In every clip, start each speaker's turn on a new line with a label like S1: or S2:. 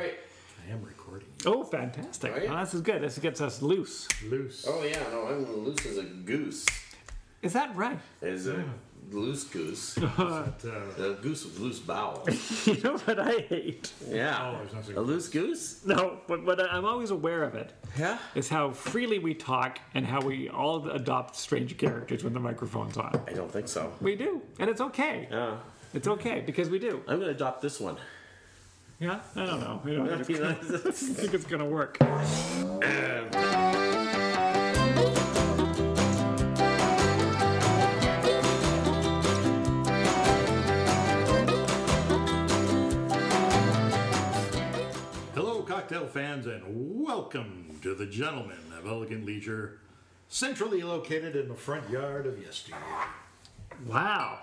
S1: I am recording.
S2: Oh, fantastic.
S3: Right?
S2: Well, this is good. This gets us loose.
S1: Loose.
S3: Oh yeah, no, I'm loose as a goose.
S2: Is that right?
S3: As a loose goose.
S1: But, uh,
S3: A goose with loose bowels.
S2: you know what I hate?
S3: Yeah.
S1: Oh, there's nothing-
S3: a loose goose?
S2: No, but, but I'm always aware of it.
S3: Yeah.
S2: Is how freely we talk and how we all adopt strange characters when the microphone's on.
S3: I don't think so.
S2: We do, and it's okay.
S3: Yeah.
S2: It's okay because we do.
S3: I'm gonna adopt this one.
S2: Yeah, I don't know. We don't think it's gonna- I think it's gonna work.
S1: hello, cocktail fans, and welcome to the gentlemen of elegant leisure, centrally located in the front yard of yesteryear.
S2: Wow.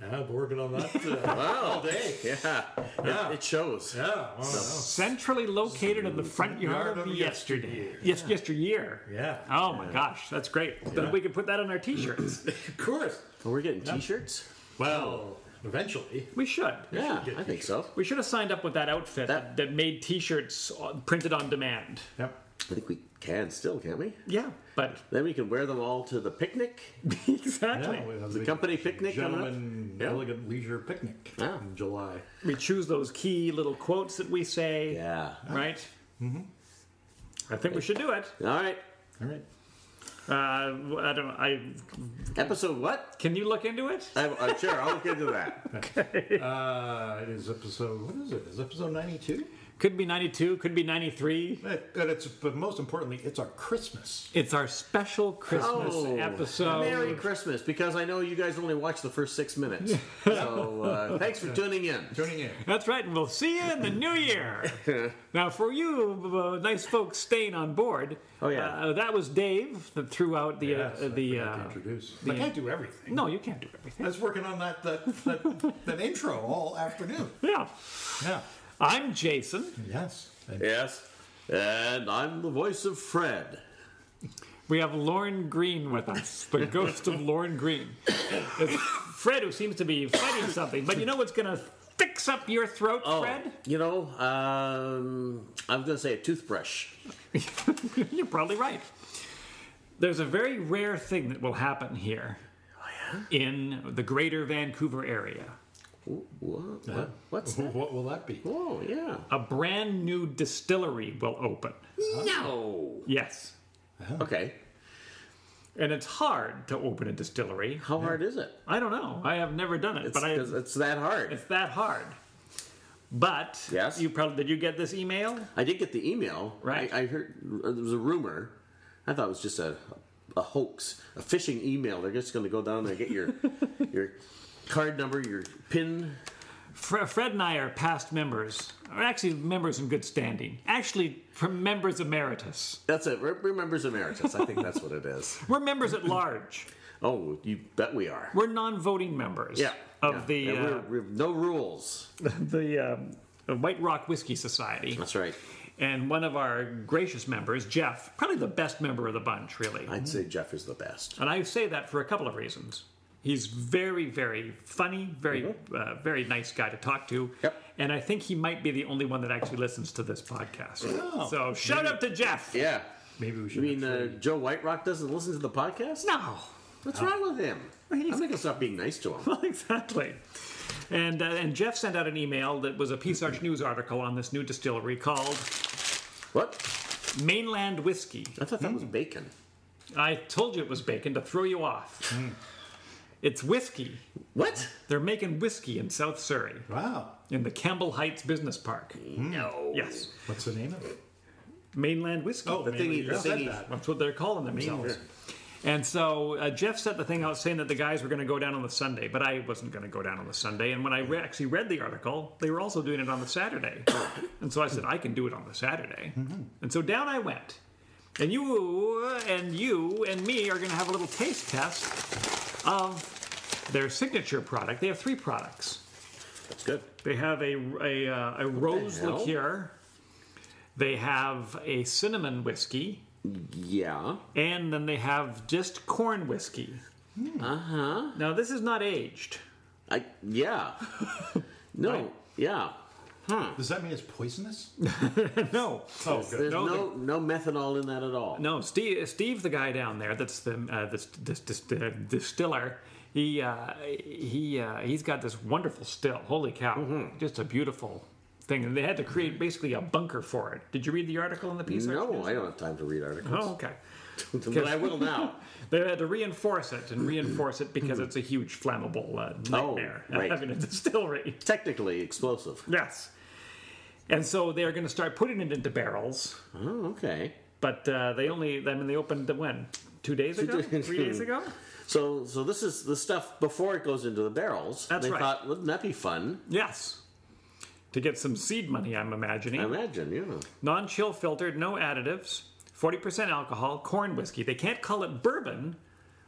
S1: Yeah, I've been working on that uh, all
S3: Wow.
S1: day.
S3: Yeah.
S1: Yeah.
S3: It, it shows.
S1: Yeah, well,
S2: Centrally located in the front yard
S1: Yard
S2: of
S1: of
S2: yesterday.
S1: yesteryear.
S2: Yes, yesteryear.
S1: Yeah.
S2: Oh my gosh, that's great. Then
S1: Yeah.
S2: we can put that on our t-shirts.
S1: of course.
S3: Oh, we're getting t-shirts?
S1: Well,
S3: Oh.
S1: eventually.
S2: we should.
S3: Yeah,
S1: get
S3: I think so.
S2: We should have signed up with that outfit that,
S3: That-
S2: made t-shirts on- printed on demand.
S1: Yep.
S3: I think we can still, can't we?
S2: Yeah, but
S3: Then we can wear them all to the picnic.
S2: exactly.
S1: Yeah, we have
S3: The company picnic coming up.
S1: Gentlemen,
S3: Yeah.
S1: elegant leisure picnic
S3: Yeah.
S1: in July.
S2: We choose those key little quotes that we say,
S3: Yeah.
S2: right?
S1: Mm-hmm.
S2: I think we should do it.
S3: All right.
S1: All right.
S2: Uh, I don't. I
S3: Episode what?
S2: can you look into it?
S3: I, uh, sure, I'll look into that.
S1: Uh, it is episode, what is it? Is it episode 92?
S2: Could be ninety-two. Could be ninety-three.
S1: But but it's, but most importantly, it's our Christmas.
S2: It's our special Christmas
S3: Oh,
S2: episode.
S3: Merry Christmas, because I know you guys only watched the first six minutes. So uh, thanks for tuning in.
S1: Tuning in.
S2: That's right, and we'll see you in the new year. now, for you, uh, nice folks staying on board.
S3: Oh, yeah.
S2: uh, that was Dave that threw out the
S1: Yes,
S2: uh,
S1: I
S2: the.
S1: forgot to
S2: Uh,
S1: introduce. I can't do everything.
S2: no, you can't do everything.
S1: I was working on that that, that, that intro all afternoon.
S2: Yeah,
S1: Yeah.
S2: I'm Jason.
S1: Yes. And
S3: Yes. And I'm the voice of Fred.
S2: We have Lauren Green with us, the ghost of Lauren Green. It's Fred, who seems to be fighting something, but you know what's going to fix up your throat,
S3: Oh,
S2: Fred?
S3: You know, um, I'm going to say a toothbrush.
S2: You're probably right. There's a very rare thing that will happen here in the greater Vancouver area.
S3: Ooh, wha- wha- What's
S2: Uh-huh.
S3: that?
S1: what will that be?
S3: Oh, yeah.
S2: A brand new distillery will open.
S3: No.
S2: Yes.
S3: Okay.
S2: And it's hard to open a distillery.
S3: How hard is it?
S2: I don't know. I have never done it,
S3: It's,
S2: but I,
S3: 'cause it's that hard.
S2: it's that hard. But
S3: Yes?
S2: you probably did you get this email?
S3: I did get the email.
S2: Right.
S3: I, I heard uh, there was a rumor. I thought it was just a, a hoax, a phishing email. They're just going to go down there and get your your card number, your PIN.
S2: Fre- Fred and I are past members, or actually members in good standing. Actually, from members emeritus.
S3: That's it. Re- Remembers emeritus. I think that's what it is.
S2: We're members at large.
S3: Oh, you bet we are.
S2: We're non-voting members.
S3: Yeah. yeah.
S2: Of
S3: And
S2: the
S3: we're-
S2: uh,
S3: we're- no rules.
S2: the um, White Rock Whiskey Society,
S3: That's right.
S2: and one of our gracious members, Jeff, probably the best member of the bunch, really.
S3: I'd say Jeff is the best.
S2: And I say that for a couple of reasons. He's very, very funny, very,
S1: Mm-hmm.
S2: uh, very nice guy to talk to.
S3: Yep.
S2: And I think he might be the only one that actually listens to this podcast.
S1: Oh.
S2: so shout out to Jeff.
S3: Yeah.
S1: Maybe we
S3: You
S1: should.
S3: mean
S1: actually-
S3: uh, Joe White Rock doesn't listen to the podcast?
S2: No,
S3: What's wrong with him? I'm not going to stop being nice to him.
S2: exactly. And uh, and Jeff sent out an email that was a Peace Arch News article on this new distillery called
S3: What?
S2: Mainland Whiskey.
S3: I thought that was
S2: Hmm.
S3: bacon.
S2: I told you it was bacon to throw you off.
S1: Hmm.
S2: It's whiskey.
S3: What?
S2: They're making whiskey in South Surrey,
S1: wow.
S2: in the Campbell Heights Business Park.
S3: No.
S2: Hmm. Yes,
S1: What's the name of it?
S2: mainland whiskey.
S1: Oh, the
S3: thing he-
S1: you
S3: the
S1: said
S3: thing he-
S1: that.
S2: That's what they're calling themselves. And so uh, Jeff set the thing out saying that the guys were going to go down on the Sunday, but I wasn't going to go down on the Sunday. And when I re- actually read the article, they were also doing it on the Saturday. and so I said, I can do it on the Saturday. And so down I went. And you and you and me are going to have a little taste test of their signature product. They have three products.
S3: That's good.
S2: They have a a, uh, a rose
S3: hell?
S2: liqueur. They have a cinnamon whiskey,
S3: Yeah.
S2: and then they have just corn whiskey. Uh
S3: Uh-huh.
S2: huh. Now this is not aged.
S3: I yeah. No. Yeah.
S1: Does that mean it's poisonous?
S2: No.
S1: Oh,
S3: There's
S1: good.
S2: No,
S3: no no methanol in that at all.
S2: No, Steve, Steve, the guy down there, that's the uh, this, this, this, uh, distiller. He uh, he uh, he's got this wonderful still. Holy cow!
S3: Mm-hmm.
S2: Just a beautiful thing, and they had to create basically a bunker for it. Did you read the article in the piece?
S3: No, I don't have time to read articles,
S2: Oh, okay.
S3: but I will now.
S2: They had to reinforce it and reinforce it because it's a huge flammable uh,
S3: Oh,
S2: nightmare
S3: right.
S2: having a distillery.
S3: Technically explosive.
S2: Yes, and so they are going to start putting it into barrels,
S3: Oh, okay.
S2: but uh, they only I mean they opened when two days ago, three days ago.
S3: So so this is the stuff before it goes into the barrels.
S2: That's
S3: they
S2: right.
S3: thought, wouldn't that be fun?
S2: Yes. To get some seed money, I'm imagining.
S3: I imagine, yeah.
S2: Non chill filtered, no additives, 40% alcohol, corn whiskey. They can't call it bourbon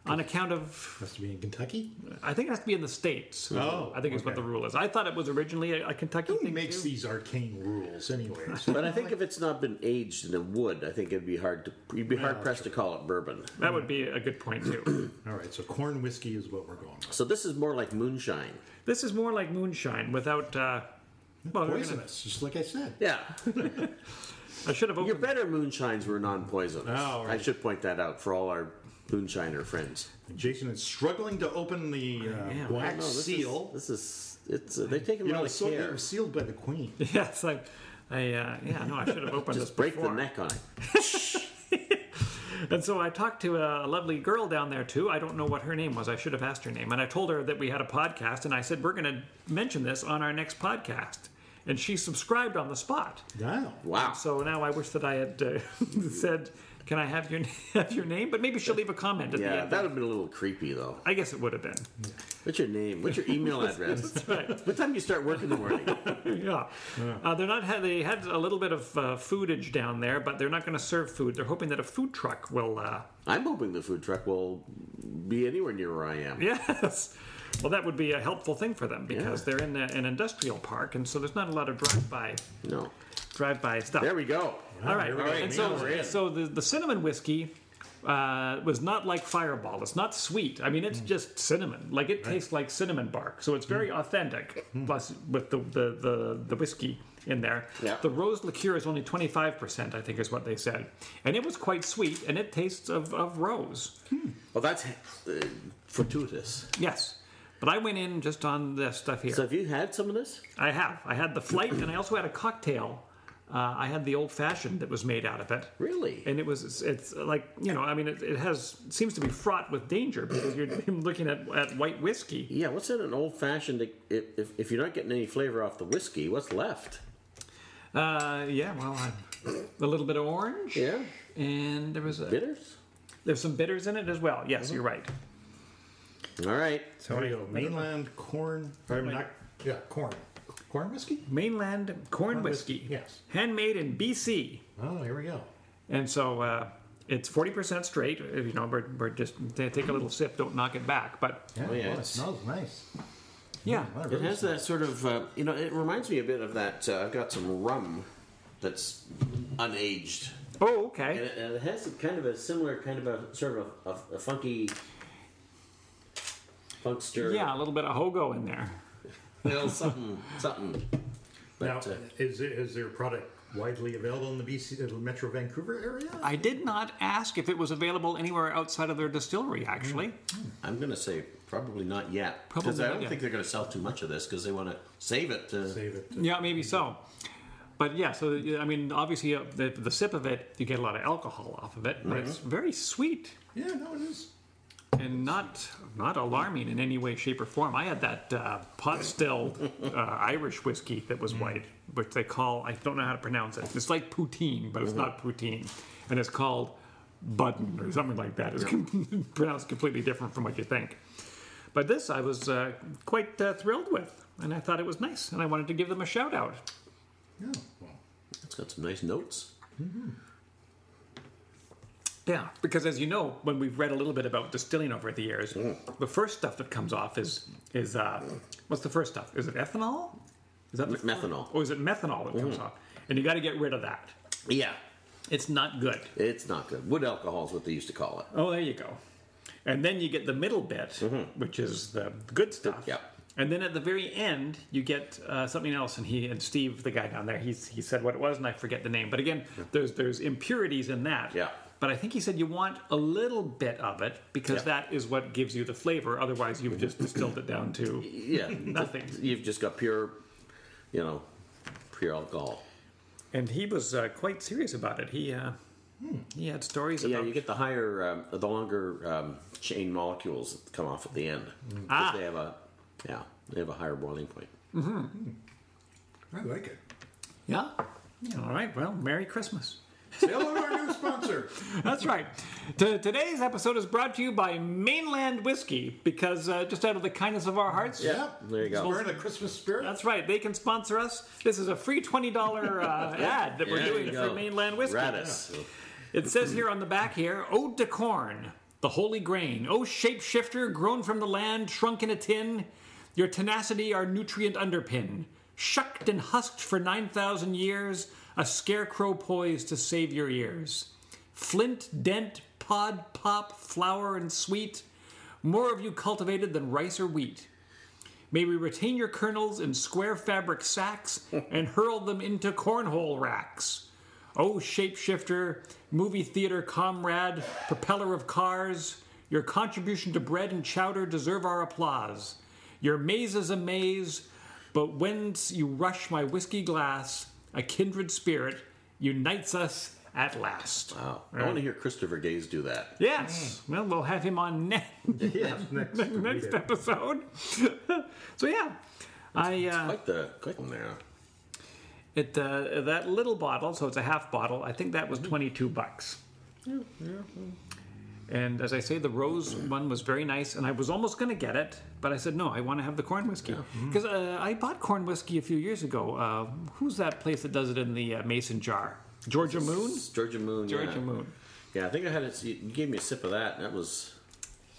S2: on account of,
S1: Must be in Kentucky.
S2: I think it has to be in the States.
S1: Oh,
S2: I think is what
S1: okay.
S2: the rule is. I thought it was originally a, a Kentucky
S1: Who
S2: thing.
S1: makes
S2: too.
S1: these arcane rules, anyways?
S3: But I think if it's not been aged in a wood, I think it'd be hard to you'd be hard pressed to call it bourbon.
S2: That would be a good point, too.
S1: All right, so corn whiskey is what we're going with.
S3: So this is more like moonshine.
S2: this is more like moonshine without. Uh, well, we're gonna,
S1: Poisonous, just like I said.
S3: Yeah,
S2: I should have
S3: your
S2: opened.
S3: better moonshines were non-poisonous.
S1: Oh, right.
S3: I should point that out for all our moonshiner friends.
S1: Jason is struggling to open the uh,
S2: am.
S1: wax
S3: No, this
S1: seal.
S3: Is, this is it's uh, they take a
S1: you
S3: lot
S1: know,
S3: of
S1: it's so, it
S3: care.
S1: was sealed by the queen.
S2: Yes, I. I, uh, yeah, no, I should have opened this
S3: Just break
S2: before.
S3: the neck on it.
S2: And so I talked to a lovely girl down there too. I don't know what her name was. I should have asked her name. And I told her that we had a podcast, and I said we're going to mention this on our next podcast. And she subscribed on the spot.
S1: Wow.
S3: Wow.
S2: So now I wish that I had uh, said, "Can I have your have your name?" But maybe she'll leave a comment at
S3: Yeah, that
S2: the
S3: would
S2: end.
S3: have been a little creepy though.
S2: I guess it would have been.
S3: What's your name? What's your email address?
S2: Right.
S3: what time do you start work in the morning?
S2: Yeah. Uh, they're not. ha- They had a little bit of uh, foodage down there, but they're not going to serve food. They're hoping that a food truck will. Uh,
S3: I'm hoping the food truck will be anywhere near where I am.
S2: Yes. Well, that would be a helpful thing for them because
S3: Yeah.
S2: they're in a, an industrial park, and so there's not a lot of drive-by
S3: No.
S2: drive-by stuff.
S3: There we go.
S2: All right.
S1: Here we go.
S2: And
S1: Now we're
S2: so,
S1: in.
S2: so the, the cinnamon whiskey uh, was not like Fireball. It's not sweet. I mean, it's just cinnamon. Like it tastes like cinnamon bark. So it's very authentic. Plus, with the, the, the, the whiskey in there,
S3: Yeah.
S2: the rose liqueur is only 25%, I think, is what they said, and it was quite sweet, and it tastes of, of rose.
S3: Well, that's uh, fortuitous.
S2: Yes. But I went in just on this stuff here.
S3: So, have you had some of this?
S2: I have. I had the flight, and I also had a cocktail. Uh, I had the old fashioned that was made out of it,
S3: Really?
S2: and it was it's, it's like you know I mean it, it has seems to be fraught with danger because you're looking at, at white whiskey.
S3: yeah. What's in an old fashioned? If, if, if you're not getting any flavor off the whiskey, what's left?
S2: Uh, yeah, well, i a little bit of orange.
S3: Yeah.
S2: and there was a,
S3: Bitters.
S2: there's some bitters in it as well. Yes, you're right.
S3: All right.
S1: There you go. Mainland corn. Or not, yeah, corn. Corn whiskey?
S2: Mainland corn whiskey.
S1: yes.
S2: handmade in BC.
S1: Oh, here we go.
S2: And so uh, it's 40% straight. uh, You know, we're, we're just t- take a little sip, don't knock it back. But
S1: Yeah,
S3: Oh, yeah,
S1: well, it
S3: it's-
S1: smells nice.
S2: yeah,
S1: Wow,
S3: It
S1: really
S3: has that sort of, uh, you know, it reminds me a bit of that. Uh, I've got some rum that's unaged,
S2: Oh, okay.
S3: and it, and it has a kind of a similar kind of a sort of a, a, funky funkster.
S2: Yeah, a little bit of hogo in there.
S3: well, something, something.
S1: Now,
S3: But, uh,
S1: is, it- is their product widely available in the BC, uh, Metro Vancouver area?
S2: I did not ask if it was available anywhere outside of their distillery, actually.
S3: I'm going to say probably not yet.
S2: Probably
S3: Because I
S2: not
S3: don't
S2: yet.
S3: think they're going to sell too much of this because they want to save it. To,
S1: Save it.
S2: Yeah, maybe so. But yeah, so yeah, I mean, obviously, uh, the, the sip of it, you get a lot of alcohol off of it, but it's very sweet
S1: Yeah, no, it is.
S2: and not not alarming in any way, shape, or form. I had that uh, pot stilled uh, Irish whiskey that was white, which they call I don't know how to pronounce it. It's like poutine, but it's not poutine, and it's called button or something like that. It's com- pronounced completely different from what you think. But this I was uh, quite uh, thrilled with, and I thought it was nice, and I wanted to give them a shout out.
S1: Yeah. Well,
S3: It's got some nice notes.
S2: Yeah, because as you know, when we've read a little bit about distilling over the years, the first stuff that comes off is is uh, what's the first stuff? Is it ethanol? Is that the
S3: methanol.
S2: Oh, is it methanol that comes off? And you got to get rid of that.
S3: Yeah.
S2: It's not good.
S3: It's not good. Wood alcohol is what they used to call it. Mm-hmm.
S2: Oh, there you go. And then you get the middle bit, which is the good stuff.
S3: Yeah.
S2: And then at the very end, you get uh, something else, and he and Steve, the guy down there, he's, he said what it was, and I forget the name. But again, there's there's impurities in that.
S3: Yeah.
S2: But I think he said you want a little bit of it because
S3: Yeah.
S2: that is what gives you the flavor. Otherwise, you've just distilled it down to
S3: Yeah,
S2: nothing.
S3: you've just got pure, you know, pure alcohol.
S2: And he was uh, quite serious about it. He uh, he had stories
S3: Yeah,
S2: about
S3: you get the higher, um, the longer um, chain molecules that come off at the end. 'Cause
S2: Ah.
S3: they have a, yeah, they have a higher boiling point.
S1: I like it.
S2: yeah. All right. Well, Merry Christmas.
S1: Say hello to our new sponsor.
S2: That's right. T- today's episode is brought to you by Mainland Whiskey because uh, just out of the kindness of our hearts.
S1: Yep.
S3: There you go.
S1: We're in a Christmas spirit.
S2: That's right. They can sponsor us. This is a free twenty dollar uh, ad that we're
S3: There you
S2: doing
S3: go.
S2: for Mainland Whiskey.
S3: Radis.
S2: It says here on the back here, Ode to Corn, the holy grain. O shapeshifter, grown from the land, shrunk in a tin, your tenacity our nutrient underpin. Shucked and husked for 9,000 years, a scarecrow poised to save your ears. Flint, dent, pod, pop, flour, and sweet, more of you cultivated than rice or wheat. May we retain your kernels in square fabric sacks and hurl them into cornhole racks. Oh, shapeshifter, movie theater comrade, propeller of cars, your contribution to bread and chowder deserve our applause. Your maze is a maze, but when you rush my whiskey glass, a kindred spirit unites us at last.
S3: Wow. Oh. I want to hear Christopher Gaze do that.
S2: Yes. Well, we'll have him on next
S1: Yeah, next,
S2: next episode. so yeah, I uh,
S3: Quite the quick one there.
S2: it uh, that little bottle, so it's a half bottle. I think that was twenty two bucks. And as I say, the rose one was very nice, and I was almost going to get it, but I said no. I want to have the corn whiskey because uh, I bought corn whiskey a few years ago. Uh, who's that place that does it in the uh, mason jar? Georgia Moon.
S3: It's Georgia Moon.
S2: Georgia
S3: yeah.
S2: Moon.
S3: Yeah, I think I had it. You gave me a sip of that, and that was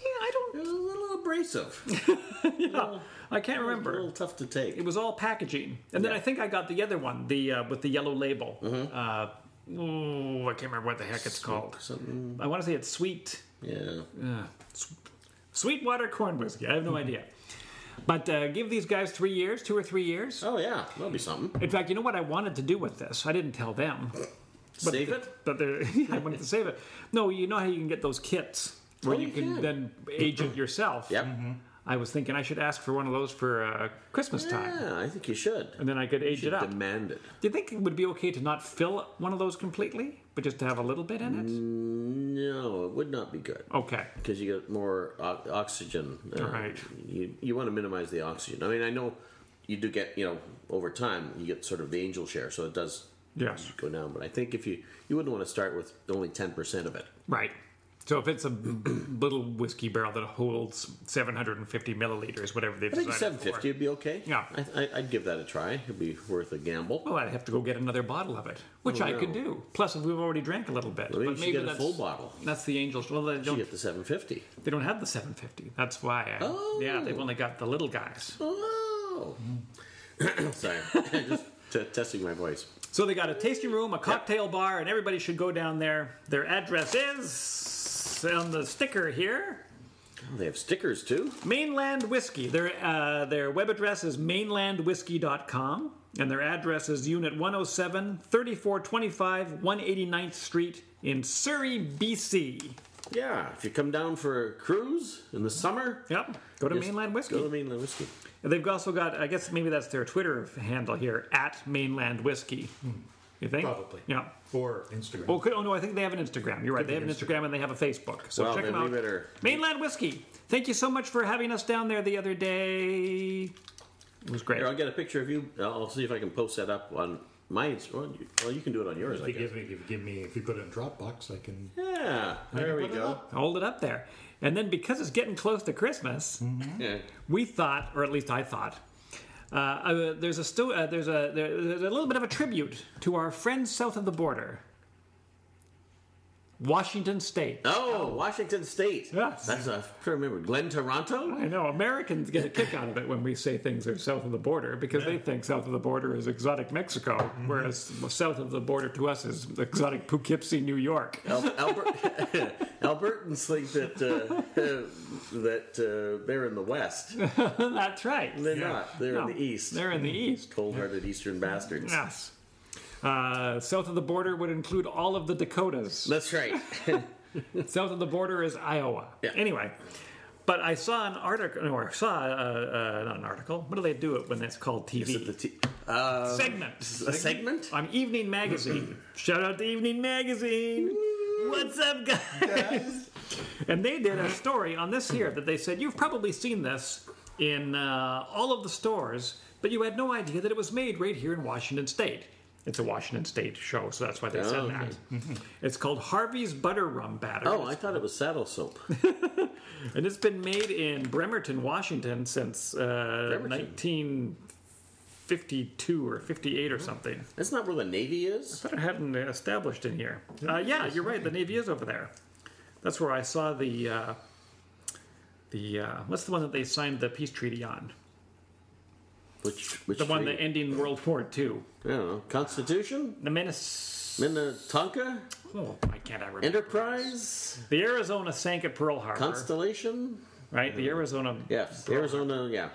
S2: Yeah, I
S3: it
S2: don't.
S3: was a little abrasive.
S2: I can't
S3: A
S2: remember.
S3: little tough to take.
S2: It was all packaging, and then
S3: Yeah.
S2: I think I got the other one, the uh, with the yellow label. Uh, oh, I can't remember what the heck it's called.
S3: Something.
S2: I want to say it's sweet,
S3: Yeah.
S2: sweet water corn whiskey. I have no idea. But uh, give these guys three years, two or three years.
S3: Oh yeah, that'll be something.
S2: In fact, you know what I wanted to do with this? I didn't tell them,
S3: Save it.
S2: but they're- I wanted to save it. No, you know how you can get those kits where
S3: Oh,
S2: you
S3: you
S2: can
S3: can.
S2: then age it yourself.
S3: Yep.
S2: I was thinking I should ask for one of those for uh, Christmas time,
S3: Yeah, I think you should.
S2: and then I could age it up.
S3: Demand it.
S2: Do you think it would be okay to not fill one of those completely, but just to have a little bit in it?
S3: Mm. No, it would not be good
S2: Okay.
S3: because you get more o- oxygen. Uh,
S2: Right.
S3: You you want to minimize the oxygen. I mean, I know you do get you know over time you get sort of the angel share, so it does
S2: Yes.
S3: go down. But I think if you you wouldn't want to start with only ten percent of it.
S2: Right. So if it's a little whiskey barrel that holds 750 milliliters, whatever they've
S3: I think
S2: decided
S3: seven
S2: for-
S3: fifty would be okay.
S2: Yeah.
S3: I, I, I'd give that a try. It'd be worth a gamble.
S2: Well, I'd have to go get another bottle of it, which
S3: Oh,
S2: I
S3: no.
S2: could do. Plus, if we've already drank a little bit,
S3: Maybe
S2: but
S3: you should
S2: maybe
S3: get a
S2: that's,
S3: full bottle.
S2: That's the angels. Well, they
S3: You
S2: don't.
S3: get the seven fifty.
S2: They don't have the 750. That's why. I,
S3: Oh.
S2: Yeah, they've only got the little guys.
S3: Oh.
S2: Mm-hmm.
S3: Sorry, just t- testing my voice.
S2: So they got a tasting room, a cocktail bar, and everybody should go down there. Their address is on the sticker here.
S3: Oh, they have stickers too.
S2: Mainland Whiskey. Their uh, their web address is mainlandwhiskey.com and their address is Unit 107, 3425 189th Street in Surrey, BC.
S3: Yeah, if you come down for a cruise in the summer,
S2: Yep. Go to
S3: just
S2: Mainland Whiskey.
S3: Go to Mainland Whiskey.
S2: And They've also got I guess maybe that's their Twitter handle here at Mainland Whiskey.
S3: Hmm.
S2: You think?
S1: Probably.
S2: Yeah.
S1: Or Instagram.
S2: Oh, could- oh no, I think they have an Instagram. You're right. They have
S1: be
S2: an Instagram and they have a Facebook. So
S3: Well,
S2: check
S3: then
S2: them out.
S3: we better-
S2: Mainland Whiskey. Thank you so much for having us down there the other day. It was great.
S3: Here, I'll get a picture of you. I'll see if I can post that up on my Instagram. Well, you can do it on yours,
S1: If
S3: I
S1: you
S3: guess.
S1: give me, if you give me, if you put it in Dropbox, I can.
S3: Yeah, there we
S1: put it
S3: go.
S1: up.
S2: hold it up there. And then because it's getting close to Christmas,
S3: Yeah.
S2: we thought, or at least I thought, uh, uh, there's a sto- uh, there's a there- there's a little bit of a tribute to our friends south of the border. Washington State.
S3: Oh, Washington State.
S2: Yes.
S3: That's a, I can't remember. Glen Toronto?
S2: I know Americans get a kick out of it when we say things are south of the border because they think south of the border is exotic Mexico,
S3: Mm-hmm.
S2: whereas south of the border to us is exotic Poughkeepsie, New York.
S3: Al- Albert, Albertans think that uh, that uh, they're in the West.
S2: That's right.
S3: They're
S1: Yeah.
S3: not. They're
S2: No,
S3: in the East.
S2: They're in the east.
S3: Cold-hearted Eastern bastards.
S2: Yes. Uh, south of the border would include all of the Dakotas.
S3: That's right.
S2: south of the border is Iowa.
S3: Yeah.
S2: Anyway, but I saw an article, or I saw uh, uh, not an article. What do they do it when it's called
S3: Is it the
S2: TV
S3: t- uh,
S2: segment?
S3: a segment?
S2: I'm Evening Magazine. Shout out to Evening Magazine. What's up, guys? and they did a story on this here that they said you've probably seen this in uh, all of the stores, but you had no idea that it was made right here in Washington State. It's a Washington State show, so that's why they said
S3: Oh,
S2: that. it's called Harvey's Butter Rum Batter.
S3: Oh, I thought it was saddle soap.
S2: Uh, And it's been made in Bremerton, Washington since uh,
S3: Bremerton.
S2: 1952 or 58 or something.
S3: That's not where the Navy is.
S2: I hadn't established in here. Uh, yeah, you're right. The Navy is over there. That's where I saw the uh, the uh, what's the one that they signed the peace treaty on?
S3: Which which
S2: The one
S3: tree?
S2: that ending World War II.
S3: I don't know. Constitution,
S2: The Menace.
S3: Minnetonka,
S2: Oh, I can't I remember.
S3: Enterprise,
S2: the Arizona sank at Pearl Harbor,
S3: Constellation.
S2: right? The Arizona.
S3: Yes, Arizona. Yeah,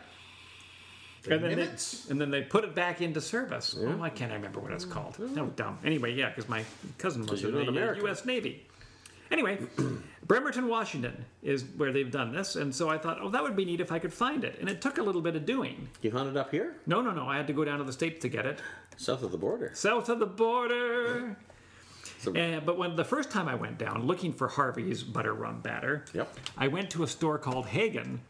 S2: And then, they,
S1: Nimitz?
S2: and then they put it back into service. Oh, I can't remember what it's called. No, dumb. Anyway, yeah, because my cousin was
S3: you're
S2: in the
S3: not American.
S2: U.S. Navy. Anyway, Bremerton, Washington is where they've done this, and so I thought, oh, that would be neat if I could find it. And it took a little bit of doing.
S3: you hunted up here,
S2: No, no, no, I had to go down to the States to get it.
S3: south of the border.
S2: South of the border.
S3: So-
S2: Uh, but when the first time I went down looking for Harvey's butter rum batter,
S3: Yep.
S2: I went to a store called Hagen,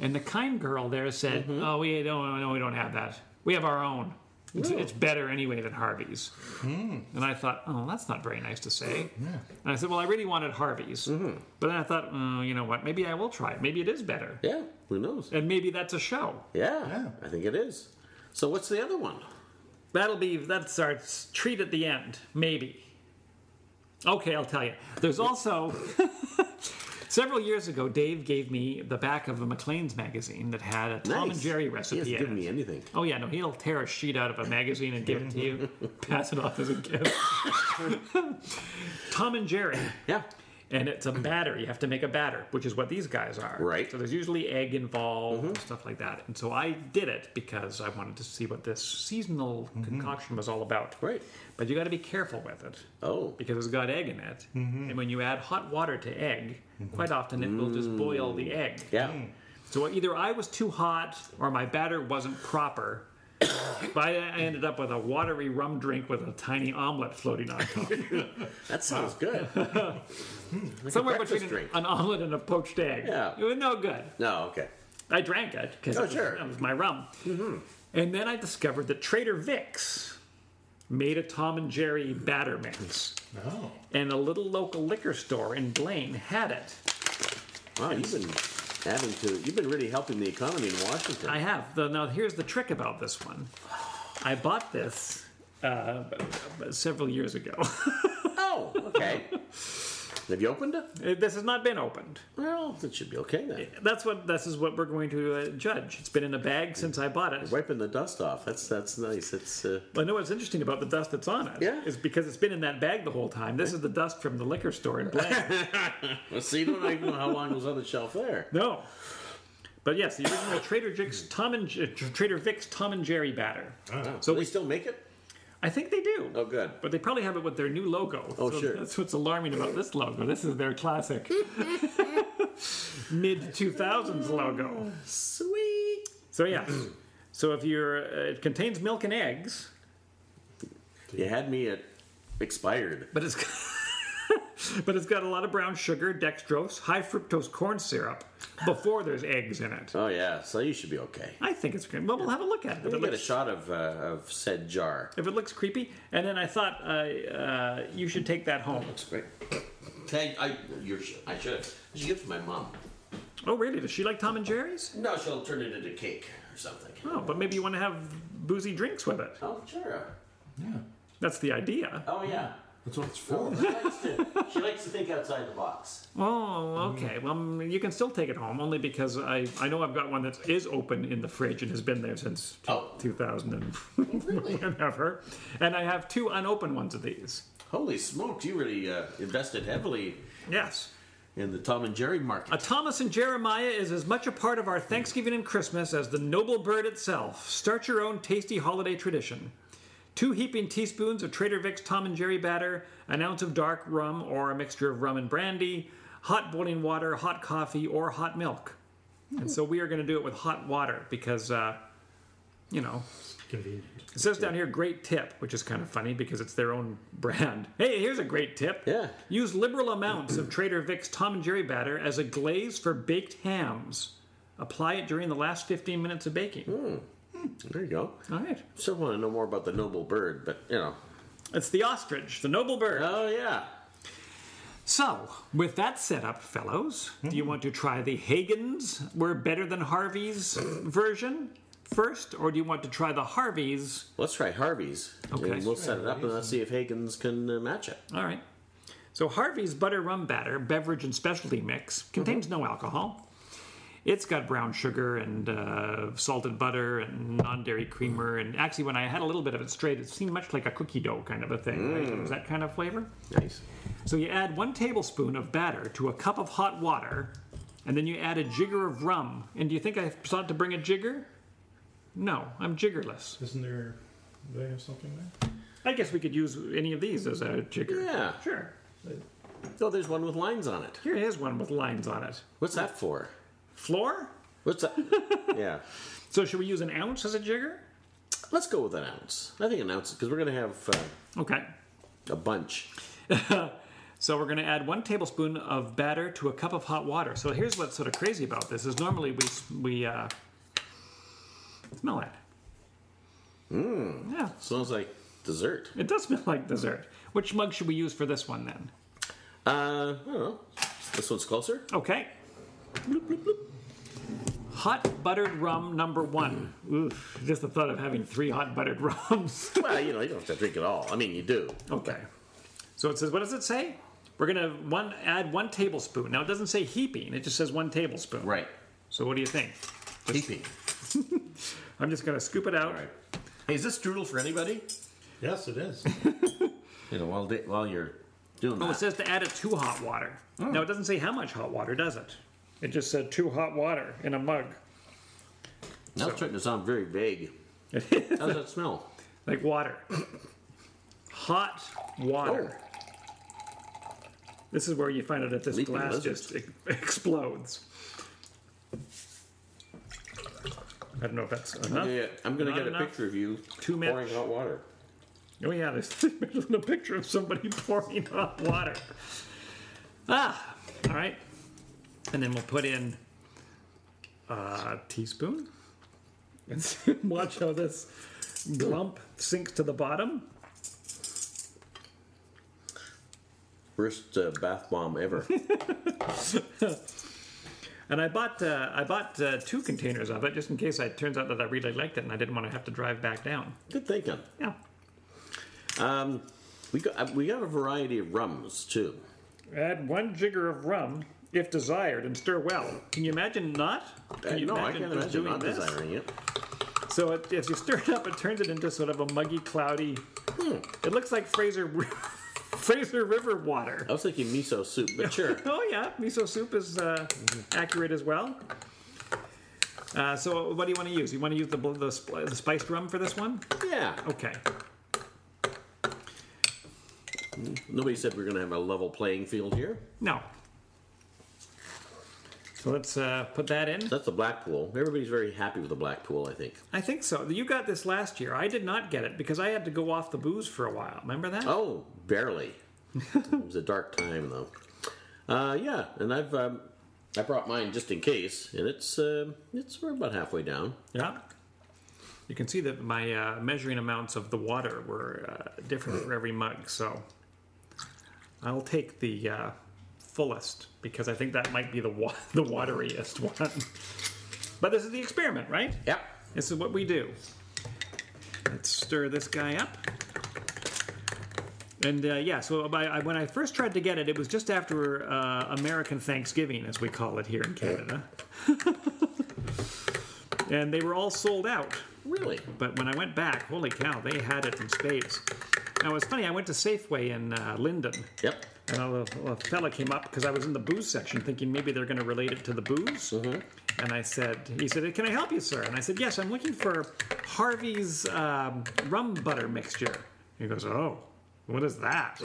S2: and the kind girl there said, "Oh, we don't, no, we don't have that. We have our own. It's,
S3: Ooh.
S2: it's better anyway than Harvey's." And I thought, "Oh, that's not very nice to say." And I said, "Well, I really wanted Harvey's, but then I thought, mm, you know what? Maybe I will try it. Maybe it is better,
S3: Yeah, who knows?
S2: and maybe that's a show.
S3: Yeah,
S1: Yeah.
S3: I think it is. So what's the other one?
S2: That'll be that's our s- treat at the end, maybe. Okay, I'll tell you. There's also several years ago, Dave gave me the back of a McLean's magazine that had a Tom
S3: Nice.
S2: and Jerry
S3: He
S2: recipe
S3: hasn't
S2: in it.
S3: given me anything.
S2: Oh yeah, no, he'll tear a sheet out of a magazine and give it to you, pass it off as a gift. Tom and Jerry,
S3: Yeah,
S2: and it's a batter. You have to make a batter, which is what these guys are.
S3: Mm-hmm. Right. Mm-hmm.
S2: So there's usually egg involved and stuff like that. And so I did it because I wanted to see what this seasonal concoction was all about.
S3: Mm-hmm. right.
S2: But you got to be careful with it
S3: Oh,
S2: because it's got egg in it.
S3: Mm-hmm.
S2: And when you add hot water to egg, quite often it will just boil the egg.
S3: yeah.
S2: Mm. So either I was too hot or my batter wasn't proper. but I, I ended up with a watery rum drink with a tiny omelet floating on top.
S3: That sounds good.
S2: Somewhere
S3: breakfast
S2: between an,
S3: drink.
S2: an omelet and a poached egg.
S3: Yeah.
S2: It was no good.
S3: No, okay.
S2: I drank it because
S3: Oh,
S2: it, was-
S3: sure. Mm-hmm.
S2: it was my rum. And then I discovered that Trader Vic's made a Tom and Jerry batter mix.
S1: Oh.
S2: and a little local liquor store in Blaine had it.
S3: Wow, you've been adding to. You've been really helping the economy in Washington.
S2: I have. The, now, here's the trick about this one I bought this uh, b- b- several years ago.
S3: oh, okay. Have you opened it?
S2: this has not been opened.
S3: Well, it should be okay then.
S2: That's what this is what we're going to uh, judge. It's been in a bag since I bought it.
S3: Wiping the dust off. That's that's nice. It's uh,
S2: I know what's interesting about the dust that's on it
S3: Yeah.
S2: is because it's been in that bag the whole time. This is the dust from the liquor store in Blaine.
S3: well, see, you don't even know how long it was on the shelf there.
S2: no. But yes, the original Trader Vic's Tom and J- Trader Vic's Tom and Jerry batter.
S3: So we still make it.
S2: I think they do.
S3: Oh, good.
S2: But they probably have it with their new logo.
S3: Oh,
S2: so
S3: sure.
S2: That's what's alarming about this logo. This is their classic mid 2000s logo.
S3: Sweet.
S2: So, yeah. So, if you're, uh, it contains milk and eggs,
S3: You had me at expired.
S2: but it's. But it's got a lot of brown sugar, dextrose, high fructose corn syrup before there's eggs in it.
S3: Oh yeah, so you should be okay.
S2: I think it's good. Well, we'll have a look at it. If
S3: You
S2: it
S3: get a
S2: looks,
S3: shot of uh, of said jar.
S2: if it looks creepy. And then I thought uh, uh, you should take that home.
S3: That's great. Tag, I you I should. I should give it to my mom.
S2: Oh, really? Does she like Tom and Jerry's?
S3: No, she'll turn it into cake or something.
S2: Oh, but maybe you want to have boozy drinks with it.
S3: Oh sure.
S1: Yeah.
S2: That's the idea.
S3: Oh yeah.
S1: That's what it's for.
S3: She likes to, she likes to think outside the box.
S2: Oh, okay. Well, mm, you can still take it home only because I, I know I've got one that is open in the fridge and has been there since t-
S3: Oh.
S2: 2000 and whenever. And I have two unopened ones of these.
S3: Holy smokes, you really uh, invested heavily
S2: Yes.
S3: in the Tom and Jerry market.
S2: A Thomas and Jeremiah is as much a part of our Thanksgiving and Christmas as the noble bird itself. Start your own tasty holiday tradition. Two heaping teaspoons of Trader Vic's Tom and Jerry batter, an ounce of dark rum or a mixture of rum and brandy, hot boiling water, hot coffee, or hot milk. And so we are going to do it with hot water because, uh, you know,
S1: Convenient.
S2: it says down here great tip, which is kind of funny because it's their own brand. Hey, here's a great tip.
S3: Yeah.
S2: Use liberal amounts of Trader Vic's Tom and Jerry batter as a glaze for baked hams. Apply it during the last 15 minutes of baking.
S3: Hmm. There you go.
S2: All right.
S3: Still want to know more about the noble bird, but you know.
S2: It's the ostrich, the noble bird.
S3: Oh yeah.
S2: So, with that set up, fellows, do
S3: Hmm.
S2: you want to try the Hagen's We're Better Than Harvey's version first, or do you want to try the Harvey's?
S3: Let's try Harvey's.
S2: Okay.
S3: And we'll set it up and let's see if Hagen's can uh, match it.
S2: All right. So Harvey's Butter Rum Batter Beverage and Specialty Mix contains no alcohol. It's got brown sugar and uh, salted butter and non-dairy creamer. And actually, when I had a little bit of it straight, it seemed much like a cookie dough kind of a thing. Right? It was that kind of flavor.
S3: Nice.
S2: So you add one tablespoon of batter to a cup of hot water, and then you add a jigger of rum. And do you think I sought to bring a jigger? No, I'm jiggerless.
S1: Isn't there? Do they have something there?
S2: I guess we could use any of these as a jigger.
S3: Yeah.
S2: Sure.
S3: Oh, there's one with lines on it.
S2: Here is one with lines on it.
S3: What's that for?
S2: Floor?
S3: What's that? yeah.
S2: So should we use an ounce as a jigger?
S3: Let's go with an ounce. I think an ounce because we're gonna have uh,
S2: Okay.
S3: a bunch.
S2: So we're going to add one tablespoon of batter to a cup of hot water. So here's what's sort of crazy about this is normally we we uh, smell it. Mm. Yeah,
S3: Smells like dessert.
S2: it does smell like dessert. Which mug should we use for this one then?
S3: Uh, I don't know. This one's closer.
S2: Okay. Bloop, bloop, bloop. Hot buttered rum number one. Oof, just the thought of having three hot buttered rums.
S3: Well, you know, you don't have to drink it all. I mean, you do.
S2: Okay. So it says, what does it say? We're gonna one add one tablespoon. Now it doesn't say heaping; it just says one tablespoon.
S3: Right.
S2: So what do you think?
S3: Keeping.
S2: I'm just gonna scoop it out.
S3: All right. Hey, is this strudel for anybody?
S1: Yes, it is.
S3: You know, while they, while you're doing
S2: Oh, it
S3: that.
S2: says to add it to hot water.
S3: Oh.
S2: Now it doesn't say how much hot water, does it? It just said to hot water in a mug.
S3: Now it's starting to sound very vague. How does that smell?
S2: Like water. hot water. This is where you find out that this
S3: Oh. Leaping
S2: glass
S3: lizard.
S2: just e- explodes. I don't know if that's enough.
S3: Yeah, I'm gonna
S2: Not
S3: get a
S2: enough.
S3: picture of you
S2: Too much.
S3: pouring hot water.
S2: Oh yeah, there's, there's a picture of somebody pouring hot water. Ah, all right. And then we'll put in a teaspoon and see- watch how this glump sinks to the bottom.
S3: Worst uh, bath bomb ever.
S2: And I bought uh, I bought uh, two containers of it just in case it turns out that I really liked it and I didn't want to have to drive back down.
S3: Good thinking.
S2: Yeah.
S3: Um, we got uh, we got a variety of rums too.
S2: Add one jigger of rum if desired and stir well. Can you imagine not? Can
S3: Uh,
S2: you
S3: no, I can't
S2: us
S3: imagine
S2: doing
S3: not
S2: this?
S3: desiring it.
S2: So it, as you stir it up, it turns it into sort of a muggy, cloudy. It looks like Fraser Ri- Fraser River water.
S3: I was thinking miso soup, but sure.
S2: Oh yeah, miso soup is uh, accurate as well. Uh, so what do you want to use? You want to use the, bl- the sp- the spiced rum for this one?
S3: yeah.
S2: Okay.
S3: Nobody said we are gonna have a level playing field here.
S2: No. So let's uh, put that in.
S3: That's the Blackpool. Everybody's very happy with the Blackpool, I think.
S2: I think so. You got this last year. I did not get it because I had to go off the booze for a while. Remember that?
S3: Oh, barely. it was a dark time though. Uh, yeah, and I've um, I brought mine just in case, and it's um it's we're about halfway down.
S2: Yeah. You can see that my uh, measuring amounts of the water were uh, different for every mug, so I'll take the uh, fullest because I think that might be the wa- the wateriest one. but this is the experiment, right?
S3: Yep.
S2: This is what we do. Let's stir this guy up. And uh, yeah, so I, I, when I first tried to get it, it was just after uh, American Thanksgiving, as we call it here in Canada. and they were all sold out.
S3: Really?
S2: But when I went back, holy cow, they had it in spades. Now it's funny. I went to Safeway in uh, Linden,
S3: Yep.
S2: and a, a fella came up because I was in the booze section, thinking maybe they're going to relate it to the booze. And I said, he said, "Can I help you, sir?" And I said, "Yes, I'm looking for Harvey's um, rum butter mixture." He goes, "Oh, what is that?"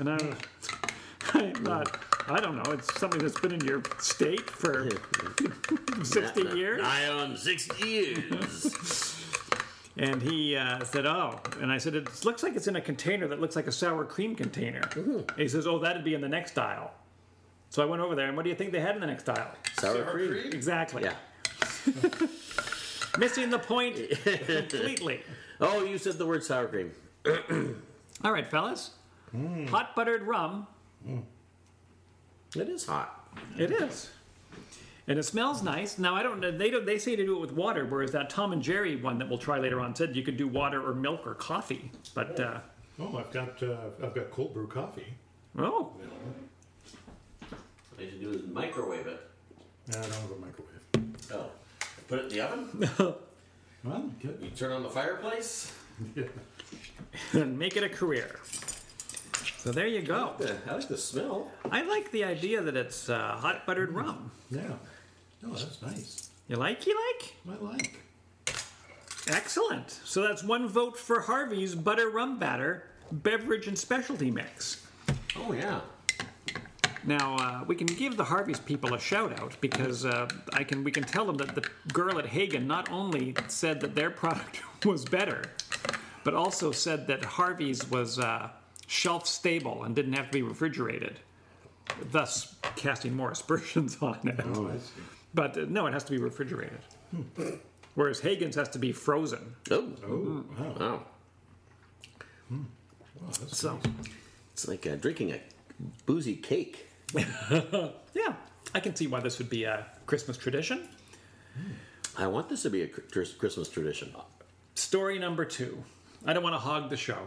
S2: And I, I thought, I don't know. It's something that's been in your state for 60 years.
S3: I own 60 years.
S2: And he uh, said, "Oh," and I said, "It looks like it's in a container that looks like a sour cream container." And he says, "Oh, that'd be in the next aisle." So I went over there, and what do you think they had in the next aisle?
S3: Sour cream.
S2: Exactly.
S3: Yeah.
S2: Missing the point completely.
S3: Oh, you said the word sour cream.
S2: All right, fellas. Hot buttered rum.
S3: It is hot.
S2: It is. And it smells nice. Now I don't. They don't. They say to do it with water, whereas that Tom and Jerry one that we'll try later on said you could do water or milk or coffee. But uh,
S1: Oh, I've got uh, I've got cold brew coffee.
S2: oh,
S3: What you should do is microwave it.
S1: I don't have a microwave.
S3: Oh. Put it in the oven?
S1: Well, good.
S3: You turn on the fireplace?
S2: and make it a career. So there you go.
S3: I like the smell.
S2: I like the idea that it's uh, hot buttered rum.
S1: Yeah. No, that's nice.
S2: You like, you like?
S1: I like.
S2: Excellent. So that's one vote for Harvey's Butter Rum Batter Beverage and Specialty Mix.
S3: Oh, yeah.
S2: Now uh, we can give the Harvey's people a shout out because uh, I can. We can tell them that the girl at Hagen not only said that their product was better, but also said that Harvey's was uh, shelf stable and didn't have to be refrigerated, thus casting more aspersions on it. But uh, no, it has to be refrigerated. Whereas Hagen's has to be frozen.
S3: Oh.
S1: Oh, wow.
S3: Wow.
S1: Wow, that's
S2: So,
S3: It's like uh, drinking a boozy cake.
S2: yeah, I can see why this would be a Christmas tradition.
S3: I want this to be a cr- tr- Christmas tradition.
S2: Story number two. I don't want to hog the show,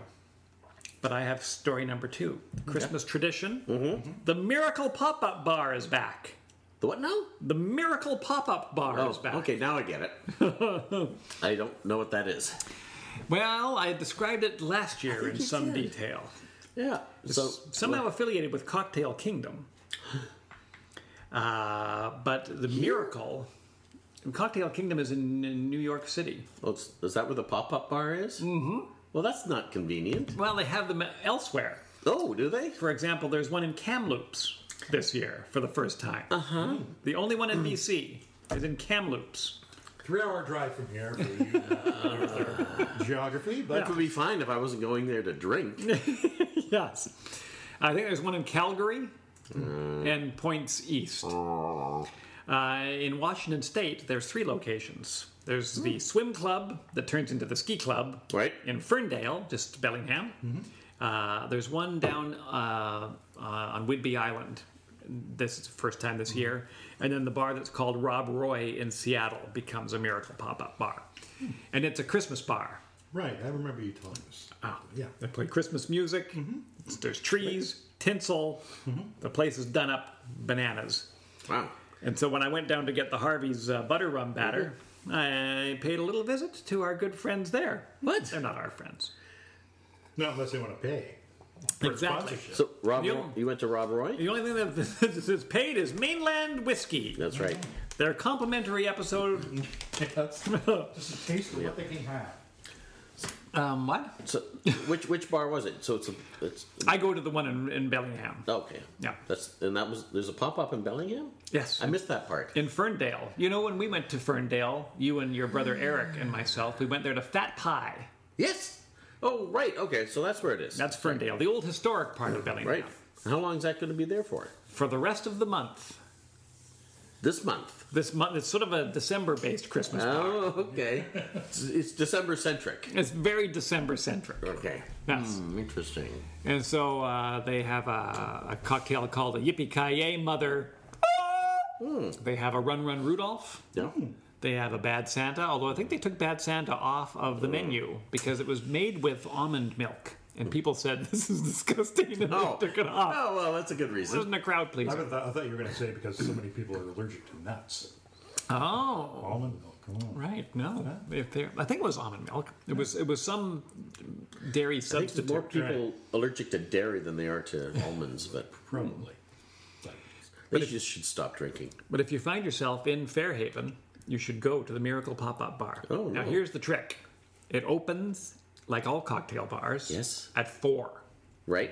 S2: but I have story number two. Christmas tradition.
S3: Mm-hmm.
S2: The Miracle Pop Up Bar is back.
S3: The what now?
S2: The Miracle Pop Up Bar
S3: Oh,
S2: is back.
S3: okay, now I get it. I don't know what that is.
S2: Well, I described it last year in
S3: you
S2: some
S3: did.
S2: detail.
S3: Yeah. So
S2: Somehow affiliated with Cocktail Kingdom. Uh, but the Miracle. Cocktail Kingdom is in, in New York City.
S3: Oh, it's- is that where the pop-up bar is? Mm-hmm. Well, that's not convenient.
S2: Well, they have them elsewhere.
S3: Oh, do they?
S2: For example, there's one in Kamloops this year for the first time. Uh huh. The only one in BC is in Kamloops.
S1: Three hour drive from here for you, uh, geography, but
S3: That would be fine if I wasn't going there to drink.
S2: Yes. I think there's one in Calgary and points east. Uh, in Washington State, there's three locations. There's the swim club that turns into the ski club
S3: Right.
S2: in Ferndale, just Bellingham. Uh, there's one down uh, uh, on Whidbey Island. This is the first time this year. And then the bar that's called Rob Roy in Seattle becomes a miracle pop up bar. And it's a Christmas bar.
S1: right. I remember you telling us.
S2: Oh, Mm-hmm.
S1: Yeah.
S2: They play Christmas music. It's- There's trees, tinsel. The place is done up bananas.
S3: Wow.
S2: And so when I went down to get the Harvey's uh, butter rum batter, I paid a little visit to our good friends there. Mm-hmm. What? They're not our friends.
S1: Not unless they want to pay.
S2: Exactly.
S1: Sponsorship.
S3: So, Rob,
S2: You-
S3: Roy- you went to Rob Roy?
S2: The only thing that that is paid is mainland whiskey.
S3: That's right.
S2: Their complimentary episode.
S1: That's just a taste of what they can have.
S2: Um, what?
S3: So, which which bar was it? So it's a it's
S2: I go to the one in, in Bellingham.
S3: okay.
S2: Yeah.
S3: That's and that was there's a pop up in Bellingham.
S2: Yes.
S3: I missed that part.
S2: in Ferndale. You know, when we went to Ferndale, you and your brother Eric and myself, we went there to Fat Pie.
S3: Yes. Oh right. Okay. So that's where it is.
S2: That's Ferndale, the old historic part of Bellingham.
S3: right. How long is that going to be there for?
S2: For the rest of the month,
S3: This month.
S2: this month it's sort of a December-based Christmas. bar.
S3: Oh, okay. it's, it's December centric.
S2: It's very December-centric.
S3: Okay.
S2: Yes.
S3: Hmm, interesting.
S2: And so uh, they have a, a cocktail called a Yippee Ki Yay Mother.
S3: Hmm.
S2: They have a Run Run Rudolph.
S3: No.
S2: They have a Bad Santa, although I think they took Bad Santa off of the menu because it was made with almond milk and people said this is disgusting, and
S3: Oh.
S2: they took it off.
S3: Oh well, that's a good
S2: This
S3: reason.
S2: isn't a crowd
S1: I,
S2: pleaser.
S1: would- I thought you were going to say because so many people are allergic to nuts.
S2: Oh,
S1: Almond milk. Come on.
S2: right. No, if they're, I think it was almond milk. It was it was some dairy
S3: I think there's more
S2: substitute.
S3: people allergic to dairy than they are to almonds, but
S1: Probably.
S3: they just should stop drinking.
S2: But if you find yourself in Fairhaven, you should go to the Miracle Pop Up Bar.
S3: Oh,
S2: now
S3: no.
S2: here's the trick: it opens like all cocktail bars.
S3: Yes.
S2: At four.
S3: Right?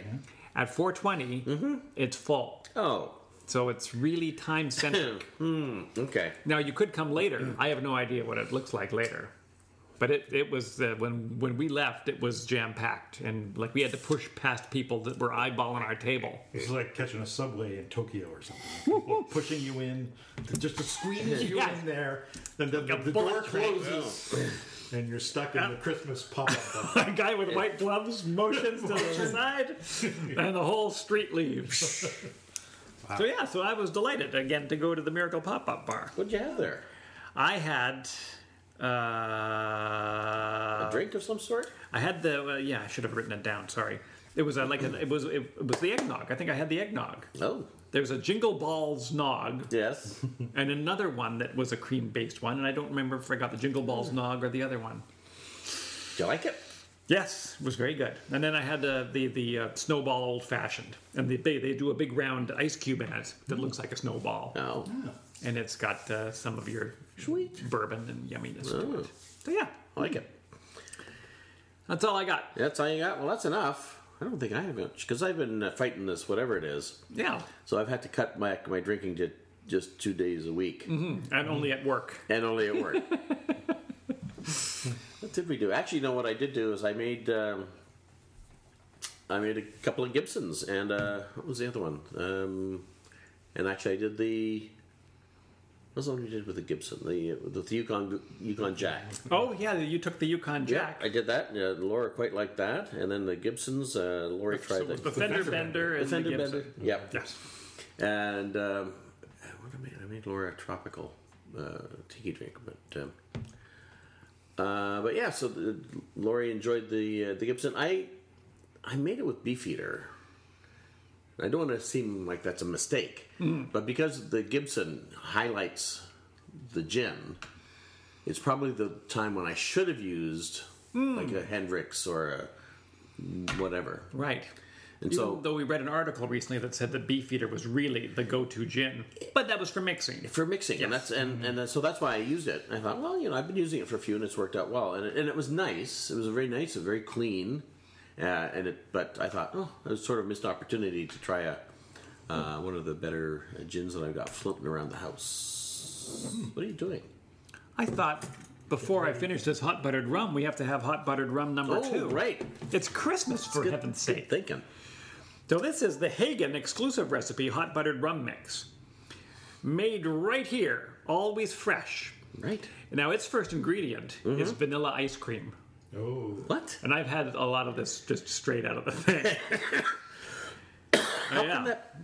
S2: At 4:20, it's full,
S3: Mm-hmm. Oh,
S2: so it's really time sensitive.
S3: okay.
S2: now you could come later.
S3: Mm.
S2: I have no idea what it looks like later, but it, it was uh, when when we left, it was jam packed, and like we had to push past people that were eyeballing our table.
S1: It's like catching a subway in Tokyo or something. People pushing you in, just to squeeze you
S2: Yeah.
S1: in there. Then the, the door closes, and you're stuck in the Christmas pop-up.
S2: A guy with white gloves motions to the side, and the whole street leaves. So yeah, so I was delighted again to go to the Miracle Pop Up Bar.
S3: What'd you have there?
S2: I had. Uh,
S3: A drink of some sort?
S2: I had the uh, yeah. I should have written it down. Sorry. It was uh, like a, it was it, was the eggnog. I think I had the eggnog.
S3: Oh,
S2: There was a Jingle Balls nog
S3: yes.
S2: and another one that was a cream based one, and I don't remember if I got the Jingle Balls
S3: Hmm.
S2: nog or the other one.
S3: Do you like it?
S2: Yes, it was very good. And then I had the the, the uh, snowball old fashioned, and they, they they do a big round ice cube in it that looks like a snowball,
S3: No.
S2: and it's got uh, some of your
S3: Sweet.
S2: bourbon and yumminess to
S3: Oh,
S2: it. So yeah,
S3: I like it.
S2: that's all I got.
S3: That's all you got? Well, that's enough. I don't think I have much because I've been uh, fighting this, whatever it is.
S2: Yeah,
S3: So I've had to cut back my drinking to just two days a week
S2: I'm only at work.
S3: and only at work. what did we do? Actually, no. What I did do is I made um, I made a couple of Gibsons and uh, what was the other one? Um, and actually, I did the what was the one we did with the Gibson? The with the Yukon Yukon Jack.
S2: Oh yeah, you took the Yukon Jack.
S3: I did that. Yeah, Laura quite liked that. And then the Gibsons, uh, Laura
S2: so
S3: tried
S2: it was
S3: the,
S2: the fender bender and
S3: Fender
S2: the Gibson.
S3: Bender. Yep.
S2: Yes.
S3: And um, what I made, I made Laura a tropical uh, tiki drink, but um, uh, but yeah. So the, Lori enjoyed the uh, the Gibson. I I made it with Beefeater. I don't want to seem like that's a mistake, but because the Gibson highlights the gin, it's probably the time when I should have used like a Hendrix or a whatever.
S2: Right.
S3: And
S2: Even
S3: so
S2: though we read an article recently that said that Beefeater was really the go-to gin, but that was for mixing.
S3: for mixing, and that's and and then- so that's why I used it. I thought, well, you know, I've been using it for a few, and it's worked out well, and it, and it was nice. It was very nice, and very clean, uh, and it. But I thought, oh, it was sort of missed opportunity to try a uh, one of the better uh, gins that I've got floating around the house. What are you doing?
S2: I thought before I finish this hot buttered rum, we have to have hot buttered rum number
S3: Oh,
S2: two.
S3: right,
S2: It's Christmas for
S3: Good-
S2: heaven's
S3: good
S2: sake.
S3: thinking.
S2: So this is the Hagen exclusive recipe hot buttered rum mix, made right here, always fresh.
S3: Right.
S2: Now its first ingredient
S3: Mm-hmm.
S2: is vanilla ice cream,
S1: oh,
S3: What?
S2: and I've had a lot of this just straight out of the thing. Oh,
S3: How can that?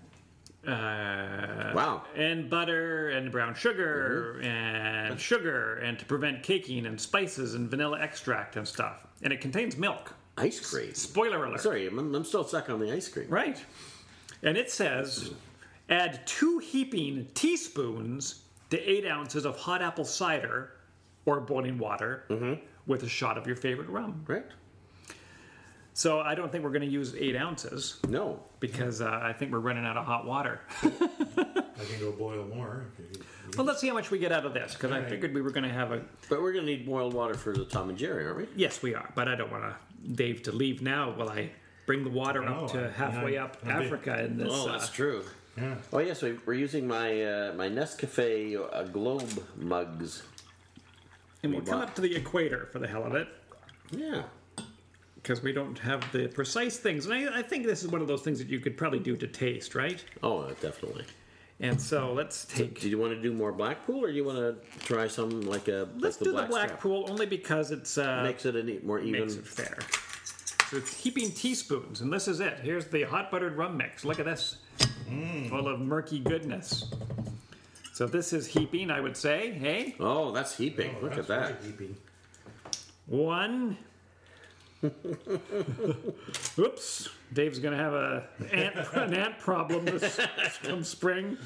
S3: wow.
S2: Uh, and butter and brown sugar and sugar and to prevent caking and spices and vanilla extract and stuff. And it contains milk.
S3: Ice cream.
S2: Spoiler alert.
S3: Sorry, I'm, I'm still stuck on the ice cream.
S2: Right. And it says add two heaping teaspoons to eight ounces of hot apple cider or boiling water with a shot of your favorite rum.
S3: Right.
S2: So I don't think we're going to use eight ounces
S3: No.
S2: because uh, I think we're running out of hot water.
S1: I can go boil more. if you-
S2: well, let's see how much we get out of this because I
S1: Right.
S2: figured we were going to have a
S3: But we're gonna need boiled water for the Tom and Jerry, aren't we?
S2: Yes, we are, but I don't want to Dave to leave now while I bring the water
S1: No,
S2: up
S1: I-
S2: to halfway
S1: I-
S2: up
S1: I'm big.
S2: Africa in this.
S3: Oh,
S2: uh,
S3: that's true.
S1: Yeah.
S3: Oh yes, we- we're using my uh, my Nescafe uh, Globe mugs.
S2: and we'll
S3: Big
S2: come
S3: lot.
S2: up to the equator for the hell of it
S3: Yeah.
S2: because we don't have the precise things. And I, I think this is one of those things that you could probably do to taste, right?
S3: Oh, uh, definitely.
S2: And so let's take.
S3: Do you want to do more Blackpool, or do you want to try some like a like
S2: Let's do the
S3: Strap?
S2: Blackpool only because it's uh,
S3: Makes it any more even.
S2: makes it fair. So it's heaping teaspoons, and this is it. Here's the hot buttered rum mix. Look at this,
S1: Mm.
S2: full of murky goodness. So this is heaping, I would say. Hey, Oh,
S3: Oh, that's heaping. Look at that.
S1: That's right, Eepy.
S2: One Oops. Dave's going to have a ant, an ant problem this come spring.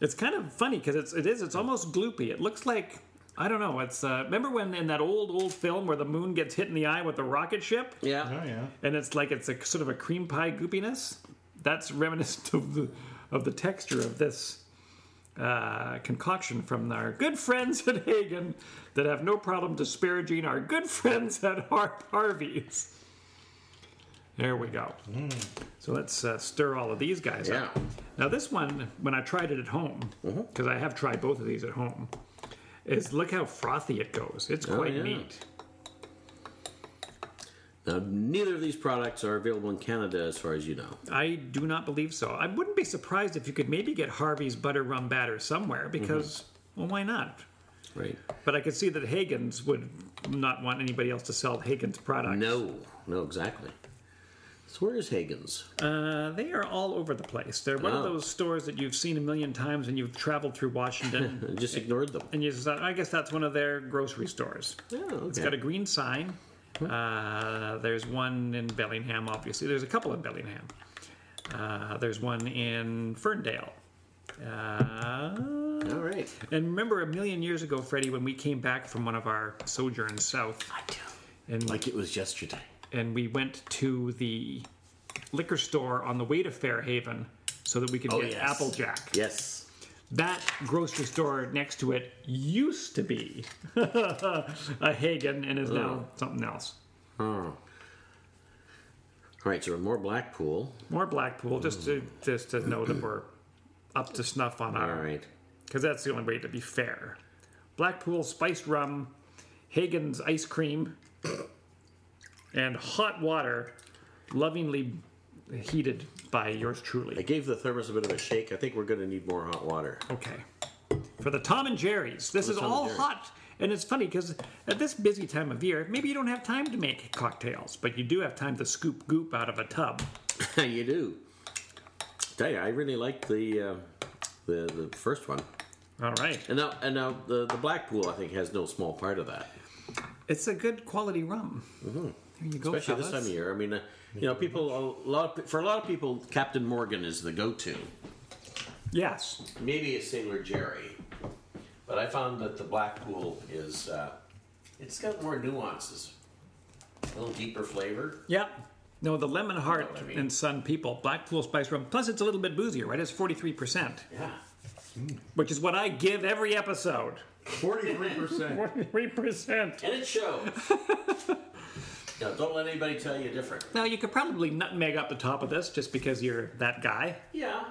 S2: it's kind of funny because it's it is it's almost gloopy. It looks like I don't know. It's uh, remember when in that old old film where the moon gets hit in the eye with the rocket ship,
S3: Yeah.
S1: Oh yeah.
S2: and it's like it's a sort of a cream pie goopiness. That's reminiscent of the of the texture of this uh, concoction from our good friends at Hagen that have no problem disparaging our good friends at Har- Harvey's. There we go. So let's uh, stir all of these guys
S3: Mm. Yeah. Mm-hmm.
S2: up. Now this one, when I tried it at home, because I have tried both of these at home, is look how frothy it goes. It's quite
S3: Oh, yeah.
S2: neat.
S3: Now, neither of these products are available in Canada, as far as you know.
S2: I do not believe so. I wouldn't be surprised if you could maybe get Harvey's butter rum batter somewhere
S3: Mm-hmm.
S2: because, well, why not?
S3: Right.
S2: But I could see that Hagen's would not want anybody else to sell Hagen's products.
S3: No. No, exactly. So where is Hagen's?
S2: Uh, they are all over the place. They're one of
S3: Oh.
S2: those stores that you've seen a million times and you've traveled through Washington.
S3: I just ignored them.
S2: and you just thought, I guess that's one of their grocery stores.
S3: Yeah, okay.
S2: It's got a green sign. Uh, there's one in Bellingham, obviously. There's a couple in Bellingham. Uh, there's one in Ferndale. Uh,
S3: All right.
S2: and remember a million years ago, Freddie, when we came back from one of our sojourns south, and
S3: Like it was yesterday.
S2: and we went to the liquor store on the way to Fairhaven so that we could
S3: Oh,
S2: get
S3: yes.
S2: Applejack.
S3: Yes.
S2: That grocery store next to it used to be a Hagen and is
S3: Oh.
S2: now something else.
S3: Hmm. All right, so we're more Blackpool.
S2: More Blackpool, just to
S3: Mm.
S2: just to know that we're up to snuff on
S3: All
S2: our
S3: right.
S2: because that's the only way to be fair. Blackpool spiced rum, Hagen's ice cream, and hot water, lovingly heated by yours
S3: I
S2: truly.
S3: gave the thermos a bit of a shake. I think we're going to need more hot water.
S2: Okay, for the Tom and Jerry's, this is
S3: Tom and
S2: all
S3: Jerry's.
S2: hot. And it's funny because at this busy time of year, maybe you don't have time to make cocktails, but you do have time to scoop goop out of a tub.
S3: you do. Tell you, I really like the uh, the the first one.
S2: All right.
S3: And now, and now the, the Blackpool, I think, has no small part of that.
S2: It's a good quality rum. There you go,
S3: Mm-hmm. Especially
S2: fellas.
S3: this time of year. I mean, uh, you know, people, a lot of, for a lot of people, Captain Morgan is the go to.
S2: Yes.
S3: Maybe a Sailor Jerry. But I found that the Blackpool is, uh, it's got more nuances, a little deeper flavor.
S2: Yep. No, the Lemon Heart
S3: what I mean.
S2: and Sun People, Blackpool Spice Rum. Plus, it's a little bit boozier, right? It's 43%,
S3: Yeah.
S2: which is what I give every episode.
S1: Forty-three percent.
S2: 43%.
S3: And it shows. now, don't let anybody tell you different.
S2: Now, you could probably nutmeg up the top of this just because you're that guy.
S3: Yeah.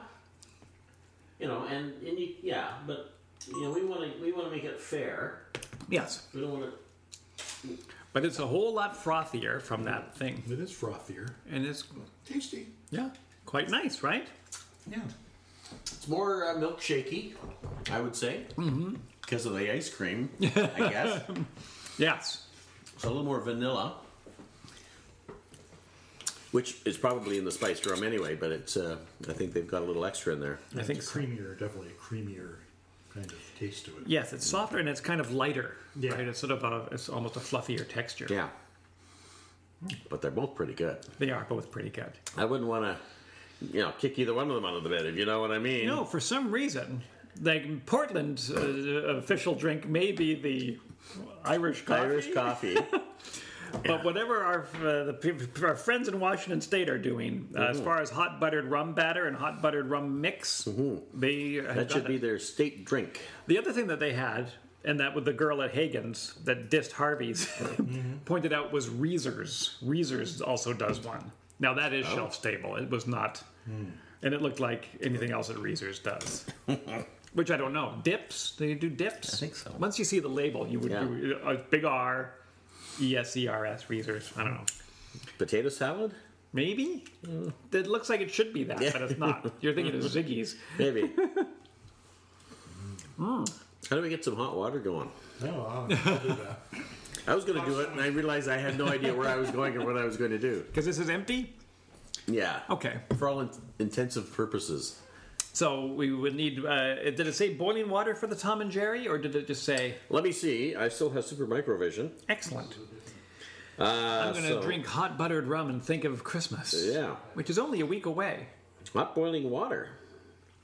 S3: You know, and, and you, yeah, but you know, we want to we want to make it fair.
S2: Yes.
S3: We don't want to.
S2: But it's a whole lot frothier from that thing.
S1: It is frothier.
S2: And it's,
S1: Tasty.
S2: yeah, quite nice, right?
S1: Yeah.
S3: It's more uh, milkshakey, I would say, Mm-hmm. because of the ice cream. I guess
S2: Yes.
S3: it's a little more vanilla, which is probably in the spiced rum anyway. But it's uh, I think they've got a little extra in there.
S2: I think
S1: It's
S2: so.
S1: creamier, definitely a creamier kind of taste to it.
S2: Yes, it's softer and it's kind of lighter.
S1: Yeah.
S2: Right? It's sort of a, it's almost a fluffier texture.
S3: Yeah, but they're both pretty good.
S2: They are both pretty good.
S3: I wouldn't want to, you know, kick either one of them out of the bed if you know what I mean.
S2: No, for some reason, like Portland's uh, official drink may be the Irish coffee,
S3: Irish coffee.
S2: but whatever our uh, the, peop- our friends in Washington State are doing uh,
S3: Mm-hmm.
S2: as far as hot buttered rum batter and hot buttered rum mix, they have
S3: Mm-hmm. That should
S2: done
S3: be
S2: it.
S3: their state drink.
S2: the other thing that they had. And that with the girl at Hagen's that dissed Harvey's
S3: Mm-hmm.
S2: pointed out was Reezer's. Reezer's also does one. Now that is
S3: Oh.
S2: shelf stable. It was not,
S3: Hmm.
S2: and it looked like anything else that Reezer's does. Which I don't know. Dips? Do you do dips? I
S3: think so.
S2: Once you see the label, you would
S3: Yeah.
S2: do a big R, E S E R S, Reezers. I don't know.
S3: Potato salad?
S2: Maybe?
S3: Hmm.
S2: It looks like it should be that, but it's not. You're thinking of Ziggy's. Hmm.
S3: Maybe. How do we get some hot water going?
S1: No, I'll, I'll do that.
S3: I was going to do it, and I realized I had no idea where I was going or what I was going to do.
S2: Because this is empty?
S3: Yeah.
S2: Okay.
S3: For all in- intensive purposes.
S2: So we would need. Uh, did it say boiling water for the Tom and Jerry, or did it just say
S3: Let me see. I still have Super Microvision.
S2: excellent?
S3: Uh,
S2: I'm going to
S3: so-
S2: drink hot buttered rum and think of Christmas.
S3: Yeah.
S2: which is only a week away.
S3: hot boiling water.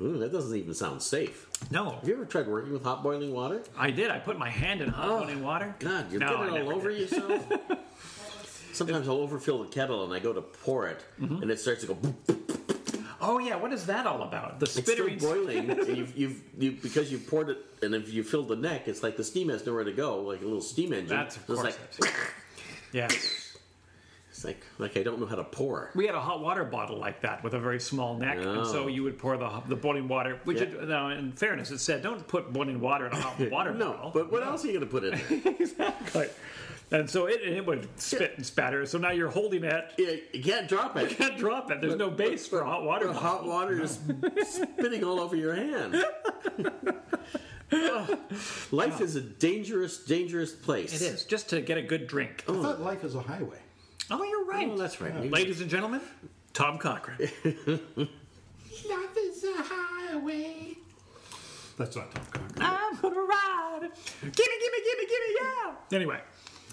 S3: Ooh, that doesn't even sound safe.
S2: No,
S3: Have you ever tried working with hot boiling water?
S2: I did. I put my hand in hot boiling water.
S3: Oh, God, you're
S2: No, I
S3: getting it all
S2: never
S3: over
S2: did.
S3: yourself. Sometimes I'll overfill the kettle and I go to pour it,
S2: Mm-hmm.
S3: and it starts to go. boop, boop.
S2: Oh yeah, what is that all about? The
S3: It's still
S2: spittering.
S3: boiling, and you've, you've you because you poured it, and if you filled the neck, it's like the steam has nowhere to go, like a little steam engine.
S2: That's of
S3: it's
S2: course.
S3: like
S2: it. yes.
S3: it's like like I don't know how to pour.
S2: We had a hot water bottle like that with a very small neck,
S3: Oh.
S2: and so you would pour the the boiling water. Which, it, now, in fairness, it said don't put boiling water in a hot water
S3: No,
S2: bottle.
S3: but what else are you going to put in? there?
S2: exactly. And so it, it would spit and spatter. So now you're holding it.
S3: you, you can't drop it.
S2: Can't drop it. There's no base for a hot water
S3: The
S2: bottle.
S3: hot water is spitting all over your hand. Ugh. Life is a dangerous, dangerous place.
S2: It is just to get a good drink.
S1: I thought life is a highway.
S2: Oh, you're right.
S3: Oh, that's right.
S2: Ladies and gentlemen, Tom Cochran.
S1: Life is a highway. That's not Tom Cochran.
S2: I'm gonna ride. Gimme, gimme, gimme, gimme, yeah. Anyway,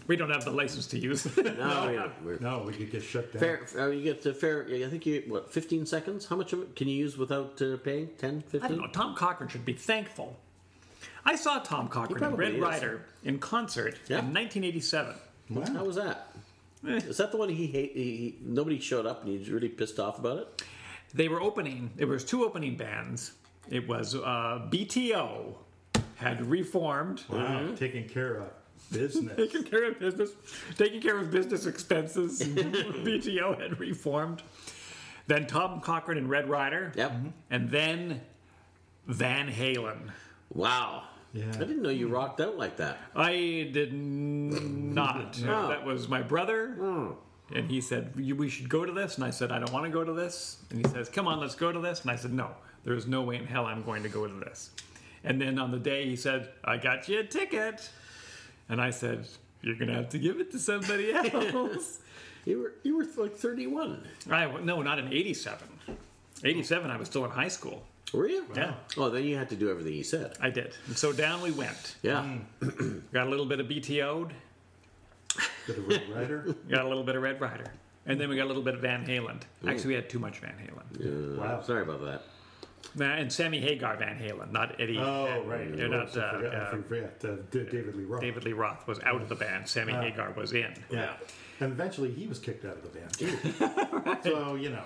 S2: we don't have the license to use.
S3: No, yeah, we're-
S1: No, we could get shut down.
S3: Fair, uh, you get to fair. I think you what? Fifteen seconds. How much of it can you use without uh, paying? 10,
S2: I don't
S3: 15?
S2: know. Tom Cochran should be thankful. I saw Tom Cochran and
S3: probably
S2: Red
S3: is.
S2: Rider in concert
S3: Yeah.
S2: in 1987.
S3: How
S1: Wow.
S3: was that? Is that the one he hate? He, he- nobody showed up, and he's really pissed off about it.
S2: They were opening. There was two opening bands. It was uh, BTO had reformed,
S1: Wow.
S3: Mm-hmm.
S1: Taking care of business.
S2: taking care of business, taking care of business expenses. BTO had reformed. Then Tom Cochran and Red Rider,
S3: Yep.
S2: and then Van Halen.
S3: Wow.
S1: Yeah.
S3: I didn't know you rocked out like that.
S2: I did not.
S3: No.
S2: That was my brother. And he said, "You- We should go to this. And I said, I don't want to go to this. And he says, Come on, let's go to this. And I said, No, there is no way in hell I'm going to go to this. And then on the day, he said, I got you a ticket. And I said, You're going to have to give it to somebody else.
S3: You were you were like thirty-one.
S2: I, w- no, not in 87. 87, I was still in high school.
S3: Were you?
S2: Yeah,
S3: Oh, then you had to do everything he said.
S2: I did. And so down we went.
S3: Yeah.
S2: Got a little bit of BTO'd.
S1: Bit of Red Rider.
S2: We got a little bit of Red Rider. And then we got a little bit of Van Halen. Actually, we had too much Van Halen.
S1: Wow.
S3: Sorry about that.
S2: Nah, And Sammy Hagar Van Halen, not Eddie.
S1: Oh,
S2: and-
S1: right.
S2: They're
S1: Of
S2: not,
S1: course, I
S2: uh,
S1: forgot, I
S2: uh,
S1: forgot, uh, D- David Lee Roth.
S2: David Lee Roth was out of the band. Sammy
S1: Ah.
S2: Hagar was in.
S1: Yeah. And eventually he was kicked out of the band, too. So, you know.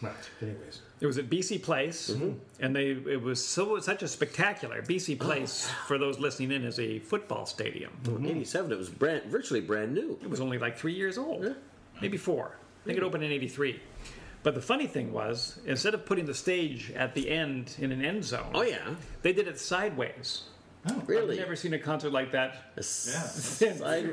S1: Right. Anyways.
S2: It was at BC Place,
S3: Mm-hmm.
S2: and they it was so such a spectacular. BC Place, for those listening in, is a football stadium.
S3: Mm. Eighty-seven. It was brand, virtually brand new.
S2: It was only like three years old, maybe four. I think it opened in '83. But the funny thing was, instead of putting the stage at the end in an end zone,
S3: Oh yeah.
S2: they did it sideways.
S3: Really?
S2: I've never seen a concert like that.
S3: A s-
S2: Yeah.
S3: side-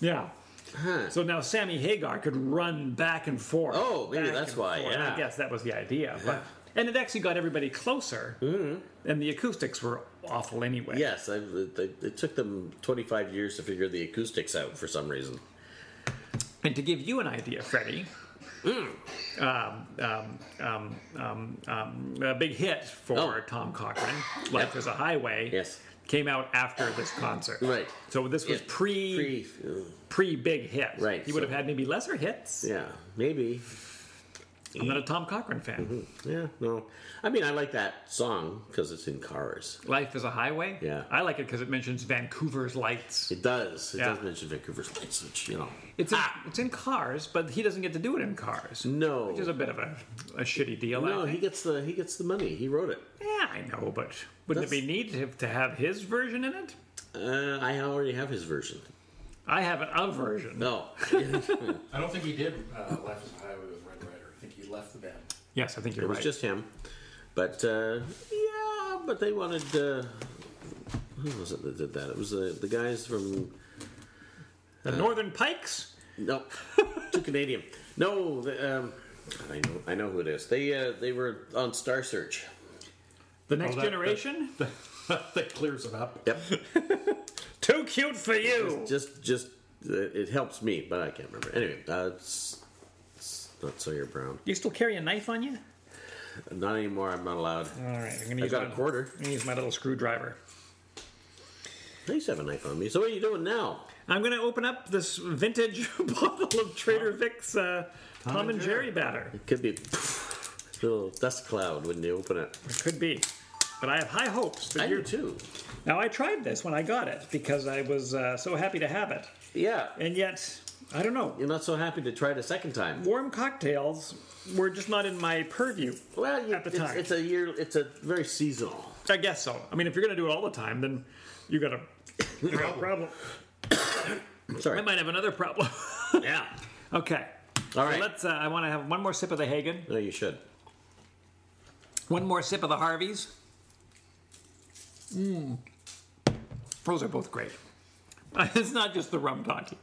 S2: Yeah.
S3: huh.
S2: So now Sammy Hagar could run back and forth.
S3: Oh, maybe
S2: back
S3: that's
S2: and
S3: why,
S2: forth. And
S3: yeah. Mm-hmm.
S2: I guess that was the idea. But, and it actually got everybody closer. And the acoustics were awful anyway.
S3: Yes, I, it, it took them 25 years to figure the acoustics out for some reason.
S2: And to give you an idea, Freddie,
S3: Mm.
S2: um, um, um, um, um, a big hit for
S3: Oh.
S2: Tom Cochran, Life is a Highway,
S3: Yes.
S2: came out after this concert.
S3: Right.
S2: So this was
S3: Yeah.
S2: pre, pre
S3: Pre, uh,
S2: big hit.
S3: Right,
S2: He would
S3: so-
S2: have had maybe lesser hits.
S3: yeah, maybe.
S2: I'm not a Tom Cochran fan.
S3: Yeah, no. I mean, I like that song because it's in cars.
S2: Life is a Highway.
S3: Yeah.
S2: I like it because it mentions Vancouver's lights.
S3: It does. It
S2: Yeah.
S3: does mention Vancouver's lights, which, you know.
S2: It's in, it's in Cars, but he doesn't get to do it in Cars,
S3: Ah. No.
S2: which is a bit of a, a shitty deal.
S3: No,
S2: I
S3: he
S2: think.
S3: gets the he gets the money. He wrote it.
S2: yeah, I know, but wouldn't
S3: That's-
S2: it be neat to, to have his version in it?
S3: Uh, I already have his version.
S2: I have an a version.
S3: No,
S4: I don't think he did uh, Life is a Highway with Red Rider. I think he left the band.
S2: Yes, I think you're
S3: it was
S2: right.
S3: just him. But uh, yeah, but they wanted. Uh, who was it that did that? It was the the guys from uh,
S2: the Northern Pikes.
S3: No, too Canadian. No, the, um, I know, I know who it is. They uh, they were on Star Search.
S2: The next
S1: that- that-
S2: generation,
S1: that clears it up.
S3: Yep.
S2: too cute for you.
S3: just just uh, it helps me, but I can't remember. Anyway, uh, it's, it's not Sawyer Brown.
S2: you still carry a knife on you?
S3: Not anymore. I'm not allowed.
S2: All right, I'm gonna
S3: I
S2: use
S3: got a
S2: my-
S3: quarter.
S2: I'm gonna use my little screwdriver.
S3: I used to have a knife on me. So what are you doing now?
S2: I'm gonna open up this vintage bottle of Trader Vic's uh, Tom, and Jerry, batter.
S3: It could be a little dust cloud when you open it.
S2: It could be, but I have high hopes. That
S3: I do
S2: you're...
S3: too.
S2: Now I tried this when I got it because I was uh, so happy to have it,
S3: Yeah.
S2: and yet I don't know.
S3: You're not so happy to try it a second time.
S2: Warm cocktails were just not in my purview.
S3: Well, you,
S2: At the
S3: it's,
S2: time.
S3: it's a year. It's a very seasonal.
S2: I guess so. I mean, if you're gonna do it all the time, then you got a you got a problem. I
S3: Sorry.
S2: might have another problem.
S3: Yeah.
S2: okay.
S3: All
S2: So
S3: right.
S2: let's. Uh, I want to have one more sip of the Hagen.
S3: no, you should.
S2: One more sip of the Harveys. Mmm. Those are both great. it's not just the rum toddy.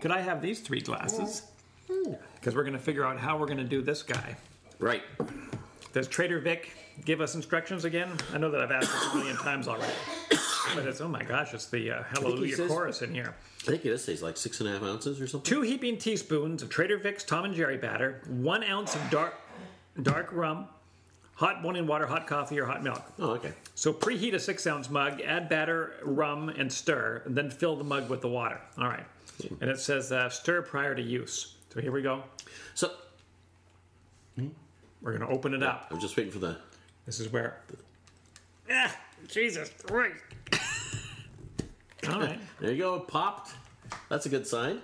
S2: Could I have these three glasses? Because we're going to figure out how we're going to do this guy.
S3: Right.
S2: Does Trader Vic give us instructions again? I know that I've asked this a million times already. But it's, oh my gosh, it's the uh, Hallelujah
S3: says-
S2: chorus in here.
S3: I think it is it's like six and a half ounces or something.
S2: Two heaping teaspoons of Trader Vic's Tom and Jerry batter, one ounce of dark, dark rum, hot boiling water, hot coffee, or hot milk.
S3: Oh, okay.
S2: So preheat a six ounce mug, add batter, rum, and stir, and then fill the mug with the water. All right. And it says uh, stir prior to use. So here we go.
S3: So
S2: We're going to open it up.
S3: I'm just waiting for the.
S2: This is where. Ah, Jesus Christ. All right.
S3: There you go. It popped. That's a good sign.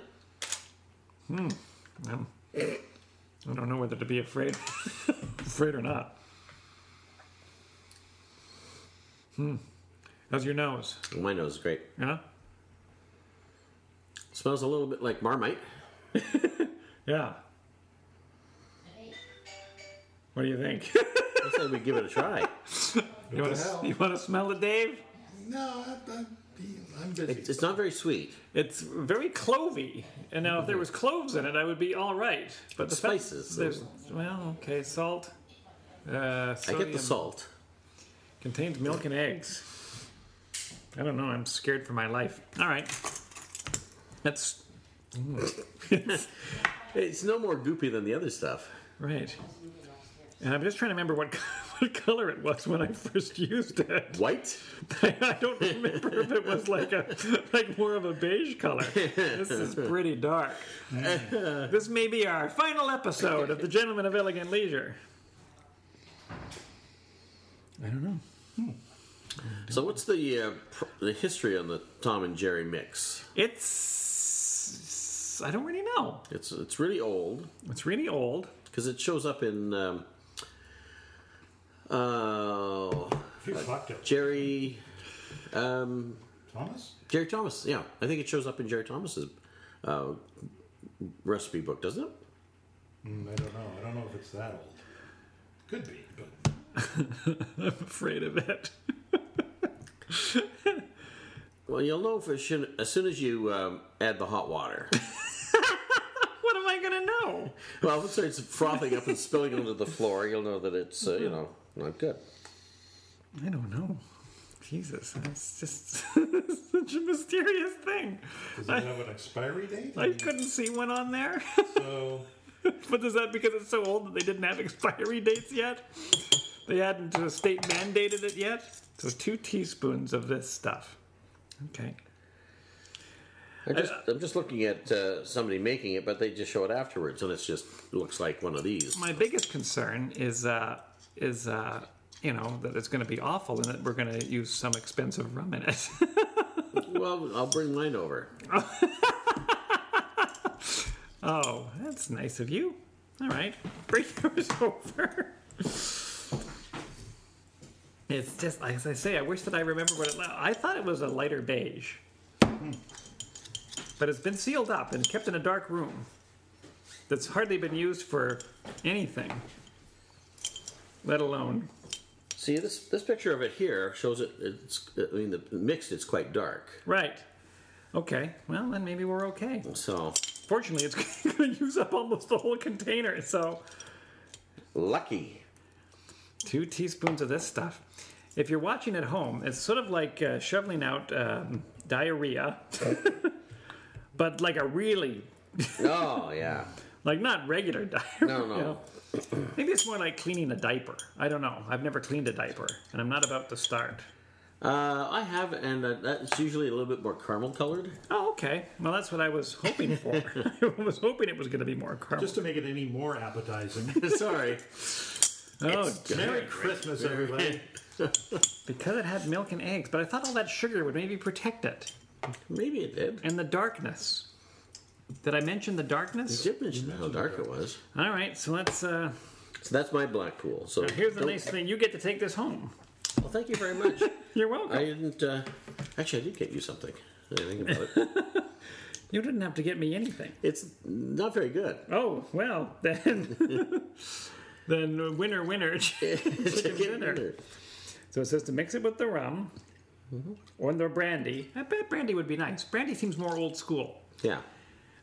S2: Um, I don't know whether to be afraid, afraid or not. Hmm. How's your nose?
S3: My nose is great.
S2: Yeah.
S3: Smells a little bit like Marmite.
S2: Yeah. What do you think?
S3: I said we give it a try.
S2: You want, to,
S4: hell?
S2: you want to smell it, Dave?
S1: No, I, I, I'm busy.
S3: It's not very sweet.
S2: It's very clovey. And now, if there was cloves in it, I would be all right. But the fact-
S3: Spices.
S2: There's, well, okay, salt. Uh,
S3: I get
S2: sodium.
S3: the salt.
S2: Contains milk and eggs. I don't know. I'm scared for my life. All right. That's
S3: It's no more goopy than the other stuff.
S2: right. And I'm just trying to remember what, what color it was when I first used it.
S3: White?
S2: I don't remember if it was like a like more of a beige color. This is pretty dark. this may be our final episode of the Gentlemen of Elegant Leisure.
S3: So what's the uh, pr- the history on the Tom and Jerry mix?
S2: It's I don't really know.
S3: It's it's really old
S2: It's really old.
S3: because it shows up in um, uh,
S1: Phew, fucked up.
S3: Jerry um,
S1: Thomas?
S3: Jerry Thomas. Yeah, I think it shows up in Jerry Thomas's uh, recipe book, doesn't it?
S1: Mm, I don't know. I don't know if it's that old. Could be, but
S2: I'm afraid of it.
S3: Well, you'll know for sure, as soon as you um, add the hot water.
S2: What am I gonna know?
S3: well, if it starts frothing up and spilling onto the floor, you'll know that it's uh, you know not good.
S2: I don't know. Jesus, that's just such a mysterious thing.
S1: does it have an expiry date?
S2: I couldn't see one on there.
S1: So
S2: But is that because it's so old that they didn't have expiry dates yet? They hadn't uh, state mandated it yet? So two teaspoons of this stuff. Okay.
S3: I just, I'm just looking at uh, somebody making it, but they just show it afterwards, and it's just looks like one of these.
S2: My biggest concern is uh, is uh, you know that it's going to be awful and that we're going to use some expensive rum in it.
S3: well, I'll bring mine over.
S2: oh, that's nice of you. All right, bring yours over. It's just like as I say. I wish that I remember what it. la- I thought it was a lighter beige, but it's been sealed up and kept in a dark room that's hardly been used for anything, let alone.
S3: See this this picture of it here shows it. It's I mean the mixed. It's quite dark.
S2: Right. Okay. Well, then maybe we're okay.
S3: So
S2: Fortunately, it's going to use up almost the whole container. So.
S3: lucky.
S2: two teaspoons of this stuff. If you're watching at home, it's sort of like uh, shoveling out um, diarrhea, but like a really
S3: Oh yeah.
S2: Like not regular diarrhea.
S3: No, no.
S2: you know? Maybe it's more like cleaning a diaper. I don't know. I've never cleaned a diaper, and I'm not about to start.
S3: Uh, I have, and uh, that's usually a little bit more caramel colored.
S2: Oh, okay. Well, that's what I was hoping for. I was hoping it was going to be more caramel.
S1: Just to make it any more appetizing.
S3: Sorry.
S2: oh,
S1: Merry Christmas, everybody.
S2: because it had milk and eggs, but I thought all that sugar would maybe protect it.
S3: Maybe it did.
S2: And the darkness. Did I mention the darkness?
S3: Did mention how dark it was.
S2: All right, so let's. Uh,
S3: So that's my Blackpool. So
S2: here's the
S3: don't-
S2: nice thing: you get to take this home.
S3: Well, thank you very much.
S2: You're welcome.
S3: I didn't. Uh, actually, I did get you something. now that I think about it.
S2: You didn't have to get me anything.
S3: It's not very good.
S2: Oh well, then. then winner, winner.
S3: Chicken
S2: dinner. So it says to mix it with the rum
S3: Mm-hmm.
S2: or the brandy. I bet brandy would be nice. Brandy seems more old school.
S3: Yeah.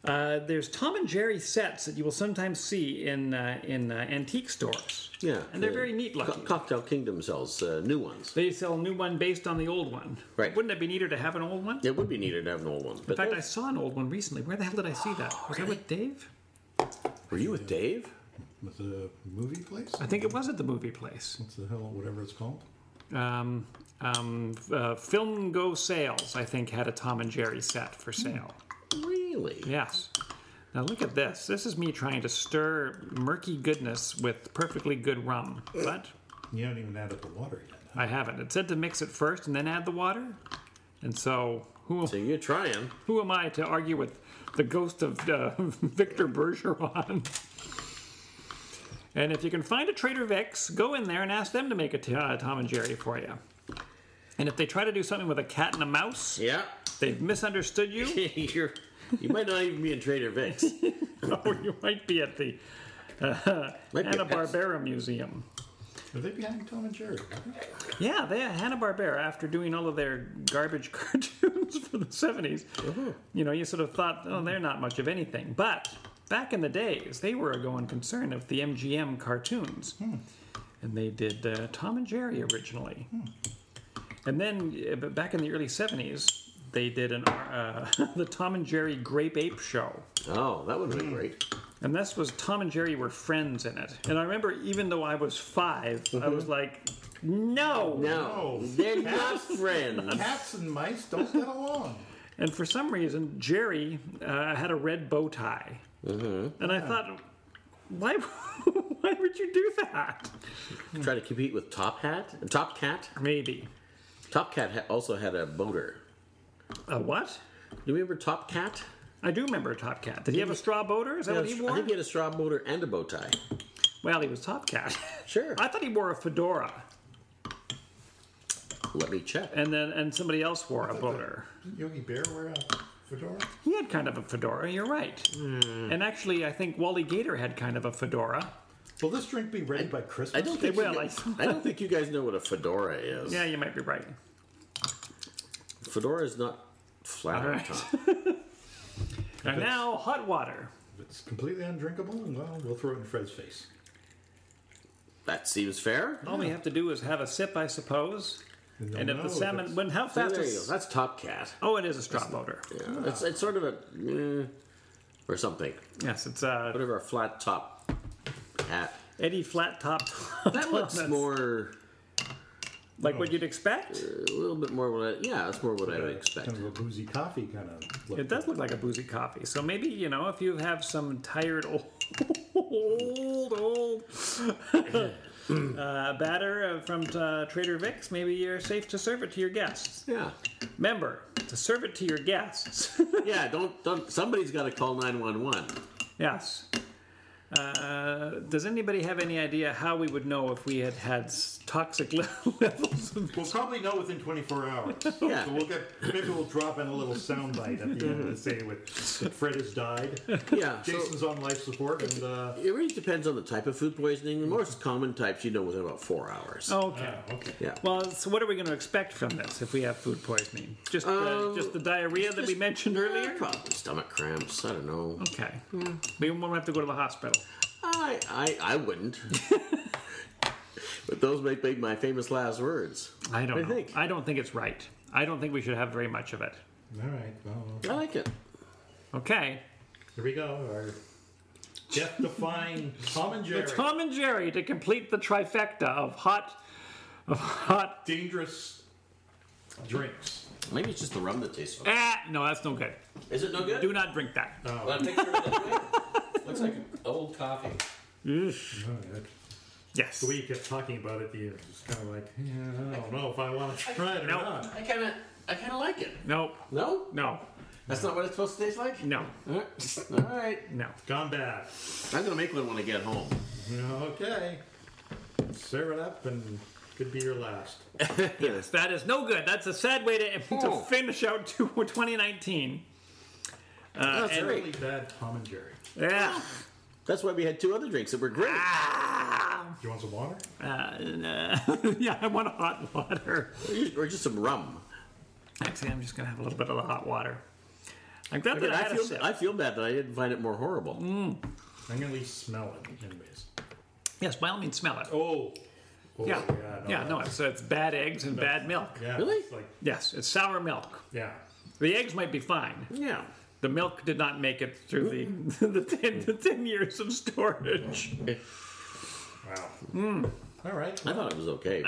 S2: Uh, there's Tom and Jerry sets that you will sometimes see in uh, in uh, antique stores.
S3: Yeah.
S2: and they're
S3: the
S2: very neat
S3: Co-
S2: looking.
S3: Cocktail Kingdom sells uh, new ones.
S2: They sell a new one based on the old one.
S3: Right.
S2: Wouldn't it be neater to have an old one?
S3: It would be neater to have an old one. But
S2: In fact, I saw an old one recently. Where the hell did I see that? Was that with Dave?
S3: were you with Dave?
S1: With the movie place?
S2: I think it was at the movie place.
S1: What's the hell, whatever it's called?
S2: Um, um, uh, Film Go Sales, I think, had a Tom and Jerry set for sale.
S3: Really?
S2: Yes. Now look at this. This is me trying to stir murky goodness with perfectly good rum, but
S1: You haven't even added the water yet.
S2: I haven't. It said to mix it first and then add the water, and so who
S3: So you're trying.
S2: who am I to argue with the ghost of uh, Victor Bergeron? And if you can find a Trader Vic's, go in there and ask them to make a t- uh, Tom and Jerry for you. And if they try to do something with a cat and a mouse,
S3: Yeah.
S2: they've misunderstood you.
S3: you're. You might not even be in Trader Vic's.
S2: or oh, you might be at the uh,
S3: Might be a
S2: Hanna Barbera Museum.
S1: Are they behind Tom and Jerry?
S2: Yeah, they Hanna Barbera. After doing all of their garbage cartoons for the 70s you know, you sort of thought, oh, they're not much of anything. But back in the days, they were a going concern of the MGM cartoons, and they did uh, Tom and Jerry originally, and then uh, but back in the early seventies. They did an uh, the Tom and Jerry Grape Ape show.
S3: Oh, that would have been great.
S2: And this was Tom and Jerry were friends in it. And I remember even though I was 5 I was like, no.
S3: No,
S1: No.
S3: they're not friends.
S1: Cats and mice don't get along.
S2: And for some reason, Jerry uh, had a red bow tie. And I thought, why, why would you do that?
S3: Try to compete with Top Hat. Top Cat.
S2: Maybe.
S3: Top Cat ha- also had a motor.
S2: A what?
S3: Do you remember Top Cat?
S2: I do remember Top Cat. Did he have a straw boater? Is that
S3: I
S2: what he wore?
S3: think he had a straw motor and a bow tie.
S2: Well, he was Top Cat.
S3: Sure.
S2: I thought he wore a fedora.
S3: Let me check.
S2: And then and somebody else wore a boater.
S1: Didn't Yogi Bear wear a fedora?
S2: He had kind of a fedora, you're right.
S3: Hmm.
S2: And actually, I think Wally Gator had kind of a fedora.
S1: Will this drink be ready by Christmas?
S3: I don't think
S2: will,
S3: you guys,
S2: I-
S3: I don't think you guys know what a fedora is.
S2: Yeah, you might be right.
S3: Fedora is not flat
S2: All
S3: on
S2: right.
S3: top.
S2: And now, hot water.
S1: If it's completely undrinkable, well, we'll throw it in Fred's face.
S3: That seems fair.
S2: All we have to do is have a sip, I suppose.
S1: And,
S2: And if the salmon, when how
S3: So
S2: fast
S3: there you go.
S2: is?
S3: That's Top Cat.
S2: Oh, it is a straw boater.
S3: Yeah. It's, it's sort of a eh, or something.
S2: Yes, it's uh,
S3: Whatever a flat top hat.
S2: Eddie flat top.
S3: That looks more
S2: like what you'd expect.
S3: a little bit more what I, yeah, that's more what I would expect.
S1: Kind of a boozy coffee kind of look.
S2: It does look like a boozy coffee. So maybe you know if you have some tired old, old, old uh, batter uh, from uh, Trader Vic's, maybe you're safe to serve it to your guests.
S3: Yeah.
S2: Remember to serve it to your guests.
S3: Yeah, don't don't somebody's gotta call nine one one.
S2: Yes. Uh, does anybody have any idea how we would know if we had had s- toxic le- levels? of-
S1: We'll probably know within 24 hours.
S3: Yeah.
S1: So we'll get, maybe we'll drop in a little soundbite at the end and say with Fred has died,
S3: Yeah. so-
S1: Jason's on life support, and uh,
S3: It really depends on the type of food poisoning. The most common types you know within about four hours.
S2: Okay.
S1: okay.
S3: Yeah.
S2: Well, so what are we going to expect from this if we have food poisoning? Just the,
S3: Um,
S2: just the diarrhea that we mentioned
S3: Eh,
S2: earlier.
S3: probably stomach cramps. I don't know.
S2: Okay. We won't have to go to the hospital.
S3: I I, I wouldn't. but those might be my famous last words.
S2: I don't.
S3: do you
S2: know.
S3: think?
S2: I don't think it's right. I don't think we should have very much of it.
S1: All right. Well,
S3: I like it.
S2: Okay.
S1: here we go. Our Jeff defying Tom and Jerry.
S2: Tom and Jerry to complete the trifecta of hot, of hot.
S1: Dangerous drinks.
S3: Maybe it's just the rum that tastes so.
S2: Ah, no, that's no good.
S3: Is it no good?
S2: Do not drink that.
S1: Oh,
S3: Well, I picture it that way. Looks like old coffee.
S2: Yes.
S1: All right.
S2: Yes.
S1: The way you kept talking about it, you was kind of like, yeah, I don't know if I want to try it or
S2: No.
S1: not.
S3: I kind of, I kind of like it.
S2: No,
S3: No,
S2: no,
S3: that's not what it's supposed to taste like.
S2: no,
S3: All right,
S2: no.
S1: Gone bad.
S3: I'm gonna make one when I get home.
S1: Okay. Serve it up and could be your last.
S3: yes.
S2: That is no good. That's a sad way to, to
S3: Oh.
S2: finish out to 2019. Uh,
S3: That's
S2: and-
S3: right.
S1: Really bad Tom and Jerry.
S2: Yeah.
S3: That's why we had two other drinks that were great.
S2: Ah.
S1: You want some water?
S2: Uh, no. yeah, I want hot water.
S3: or just some rum.
S2: Actually, I'm just gonna have a little bit of the hot water. I'm
S3: I,
S2: glad
S3: mean,
S2: that I
S3: I
S2: had a
S3: feel,
S2: sip. Mm.
S3: I feel bad that I didn't find it more horrible.
S1: I'm gonna at least smell it, anyways.
S2: Yes, by all means, smell it.
S1: Oh. Oh,
S2: yeah,
S1: Yeah.
S2: yeah, no, it's, it's bad eggs and bad milk.
S1: Yeah.
S3: Really?
S1: It's like,
S2: Yes, it's sour milk.
S1: yeah.
S2: The eggs might be fine.
S3: Yeah.
S2: The milk did not make it through the the, ten, the ten years of storage.
S1: Wow.
S2: Hmm.
S1: All right.
S3: I thought it was okay.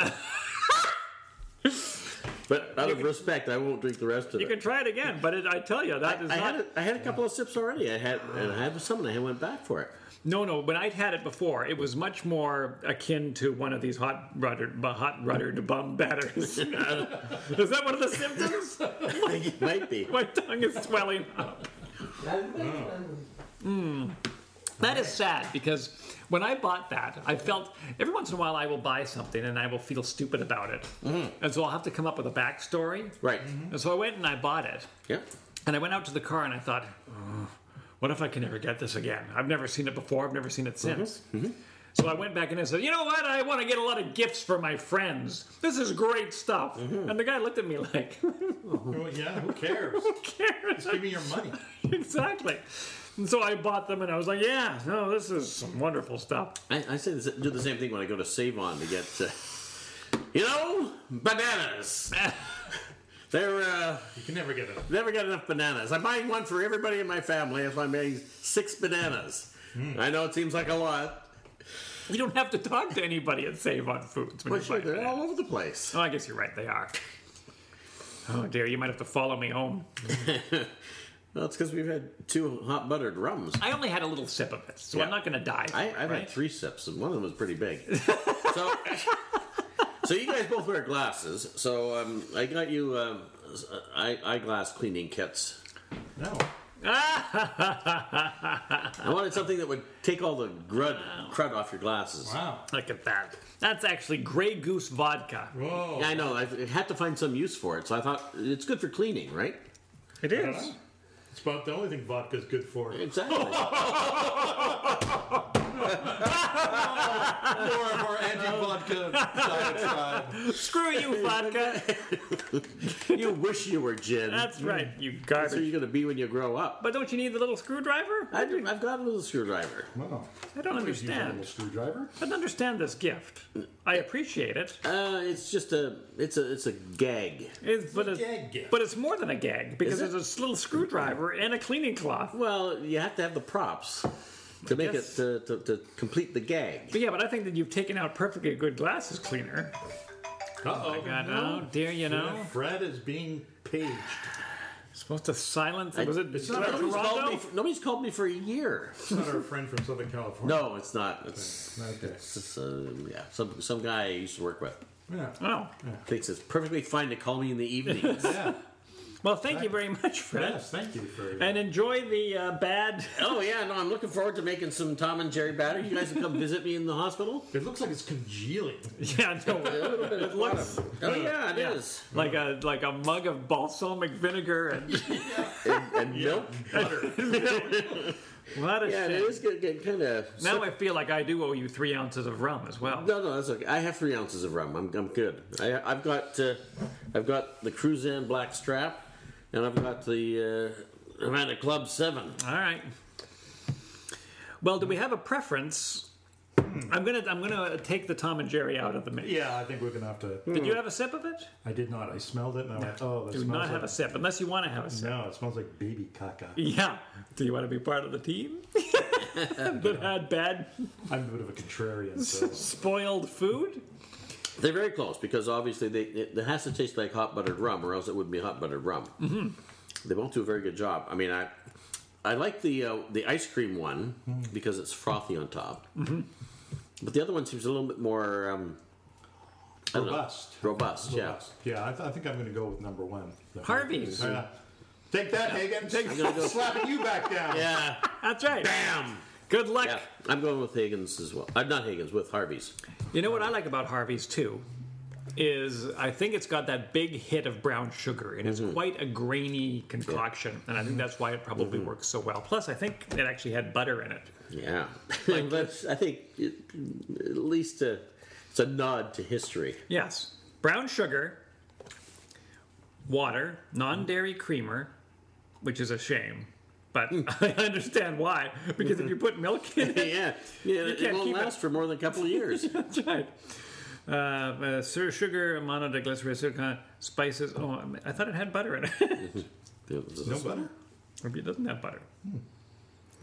S3: but out of respect, I won't drink the rest of
S2: You
S3: it.
S2: can try it again, but it, I tell you that is
S3: I
S2: not.
S3: had, a, I had a couple of sips already. I had and I had some and I went back for it.
S2: No, no. When I'd had it before, it was much more akin to one of these hot ruddered, bu- hot ruddered bum batters. is that one of the symptoms?
S3: I think it might be.
S2: My tongue is swelling up. Mm. That is sad because when I bought that, I felt every once in a while I will buy something and I will feel stupid about it. And so I'll have to come up with a backstory.
S3: Right.
S2: And so I went and I bought it.
S3: Yep.
S2: And I went out to the car and I thought, "Ugh, what if I can never get this again? I've never seen it before. I've never seen it since.
S3: Mm-hmm.
S2: So I went back in and said, you know what? I want to get a lot of gifts for my friends. This is great stuff.
S3: Mm-hmm.
S2: And the guy looked at me like,
S1: Well, yeah. Who cares?
S2: cares?
S1: Give me your money.
S2: exactly. And so I bought them and I was like, yeah, no, this is some wonderful stuff.
S3: I, I say this, do the same thing when I go to Save On to get, uh, you know, bananas. They're uh,
S1: You can never get it.
S3: never got enough bananas. I'm buying one for everybody in my family. That's why I'm buying six bananas. I know it seems like a lot.
S2: You don't have to talk to anybody at Save on Foods. When
S3: But
S2: you
S3: sure,
S2: buy
S3: they're
S2: that.
S3: all over the place.
S2: Oh, I guess you're right. They are. Oh dear, you might have to follow me home.
S3: Well, it's because we've had two hot buttered rums.
S2: I only had a little sip of it, so I'm
S3: Yeah.
S2: not going to die.
S3: I, I've had three sips, and one of them was pretty big. so, so you guys both wear glasses. So um, I got you um, s- eye, eyeglass cleaning kits.
S1: No.
S3: I wanted something that would take all the grud, crud off your glasses.
S1: Wow.
S2: Look at that. That's actually Grey Goose vodka.
S1: Whoa.
S3: Yeah, I know. I had to find some use for it, so I thought it's good for cleaning, right?
S2: It is.
S1: It's about the only thing vodka's good for.
S3: Exactly.
S1: More of our anti-vodka science tribe.
S2: Screw you, vodka.
S3: you wish you were gin. That's
S2: That's right, you
S3: who
S2: garbage.
S3: you're going to be when you grow up.
S2: But don't you need the little screwdriver?
S3: I do, I've got a little screwdriver.
S1: Wow.
S2: I don't
S1: Please use a little
S2: understand.
S1: screwdriver.
S2: I don't understand this gift. I appreciate it,
S3: Uh, it's just a, it's a, it's a gag.
S2: it's, but,
S1: gag
S2: it's,
S1: gift.
S2: but it's more than a gag because
S3: Is it?
S2: there's this little screwdriver and a cleaning cloth.
S3: Well, you have to have the props to make
S2: guess-
S3: it to, to, to complete the gag.
S2: But yeah, but I think that you've taken out perfectly good glasses cleaner.
S1: Uh-oh.
S2: God, oh dear, you know.
S1: Fred is being paged.
S2: Supposed to silence. was it?
S1: it's
S2: was
S1: not-
S2: it
S1: nobody's
S2: Geraldo?
S3: Called me for- nobody's called me for a year.
S1: It's not our friend from Southern California.
S3: No, it's not. It's,
S1: Okay.
S3: it's just, uh, yeah, some some guy I used to work with
S1: Yeah.
S2: Oh.
S3: thinks it's perfectly fine to call me in the evenings.
S1: yeah.
S2: Well, thank you very much, Fred.
S1: Yes, thank you for
S2: And enjoy the uh, bad.
S3: oh yeah, no, I'm looking forward to making some Tom and Jerry batter. You guys will come visit me in the hospital.
S1: It looks like it's congealing.
S2: Yeah,
S3: A
S2: no.
S3: little bit of looks. Oh yeah, it is.
S2: yeah. Like a like a mug of balsamic vinegar and
S3: And, and milk.
S1: Butter.
S2: what a
S3: Yeah, it
S2: shame.
S3: is good, good kind of.
S2: Now I feel like I do owe you three ounces of rum as well.
S3: No, no, that's okay. I have three ounces of rum. I'm, I'm good. I, I've got uh, I've got the Cruzan Black Strap, and I've got the uh, Havana Club Seven.
S2: All right. Well, do we have a preference? I'm gonna I'm gonna take the Tom and Jerry out of the mix.
S1: yeah, I think we're gonna have to.
S2: Did you have a sip of it?
S1: I did not. I smelled it and I went, oh, that
S2: Do
S1: smells
S2: not
S1: like,
S2: have a sip unless you want to have a sip.
S1: No, it smells like baby caca.
S2: Yeah. Do you want to be part of the team? that had bad,
S1: I'm a bit of a contrarian, so
S2: spoiled food.
S3: They're very close because obviously they it, it has to taste like hot buttered rum, or else it wouldn't be hot buttered rum. Mm-hmm. They both do a very good job. I mean, I I like the uh, the ice cream one because it's frothy on top, but the other one seems a little bit more um, I don't know,
S1: robust.
S3: robust, yeah.
S1: Robust. Yeah, I, th- I think I'm going to go with number one. The
S2: Harvey's.
S1: Yeah. Take that, Hagen. Take
S3: I'm gonna go-
S1: slapping you back down.
S3: Yeah,
S2: That's right. Bam. Good luck.
S3: yeah. I'm going with Higgins as well. Uh, not Higgins with Harvey's.
S2: You know what I like about Harvey's too is I think it's got that big hit of brown sugar and it's quite a grainy concoction and I think that's why it probably works so well. Plus I think it actually had butter in it.
S3: Yeah, but I think it, at least a, it's a nod to history.
S2: Yes. Brown sugar, water, non dairy creamer, which is a shame. But I understand why. Because if you put milk in it,
S3: Yeah, yeah, it,
S2: can't
S3: won't
S2: keep it.
S3: last for more than a couple of years.
S2: that's right. Uh, uh, sir, sugar, monoglycerin, silicon, spices. Oh, I- I thought it had butter in it.
S1: No butter?
S2: Maybe it doesn't have butter.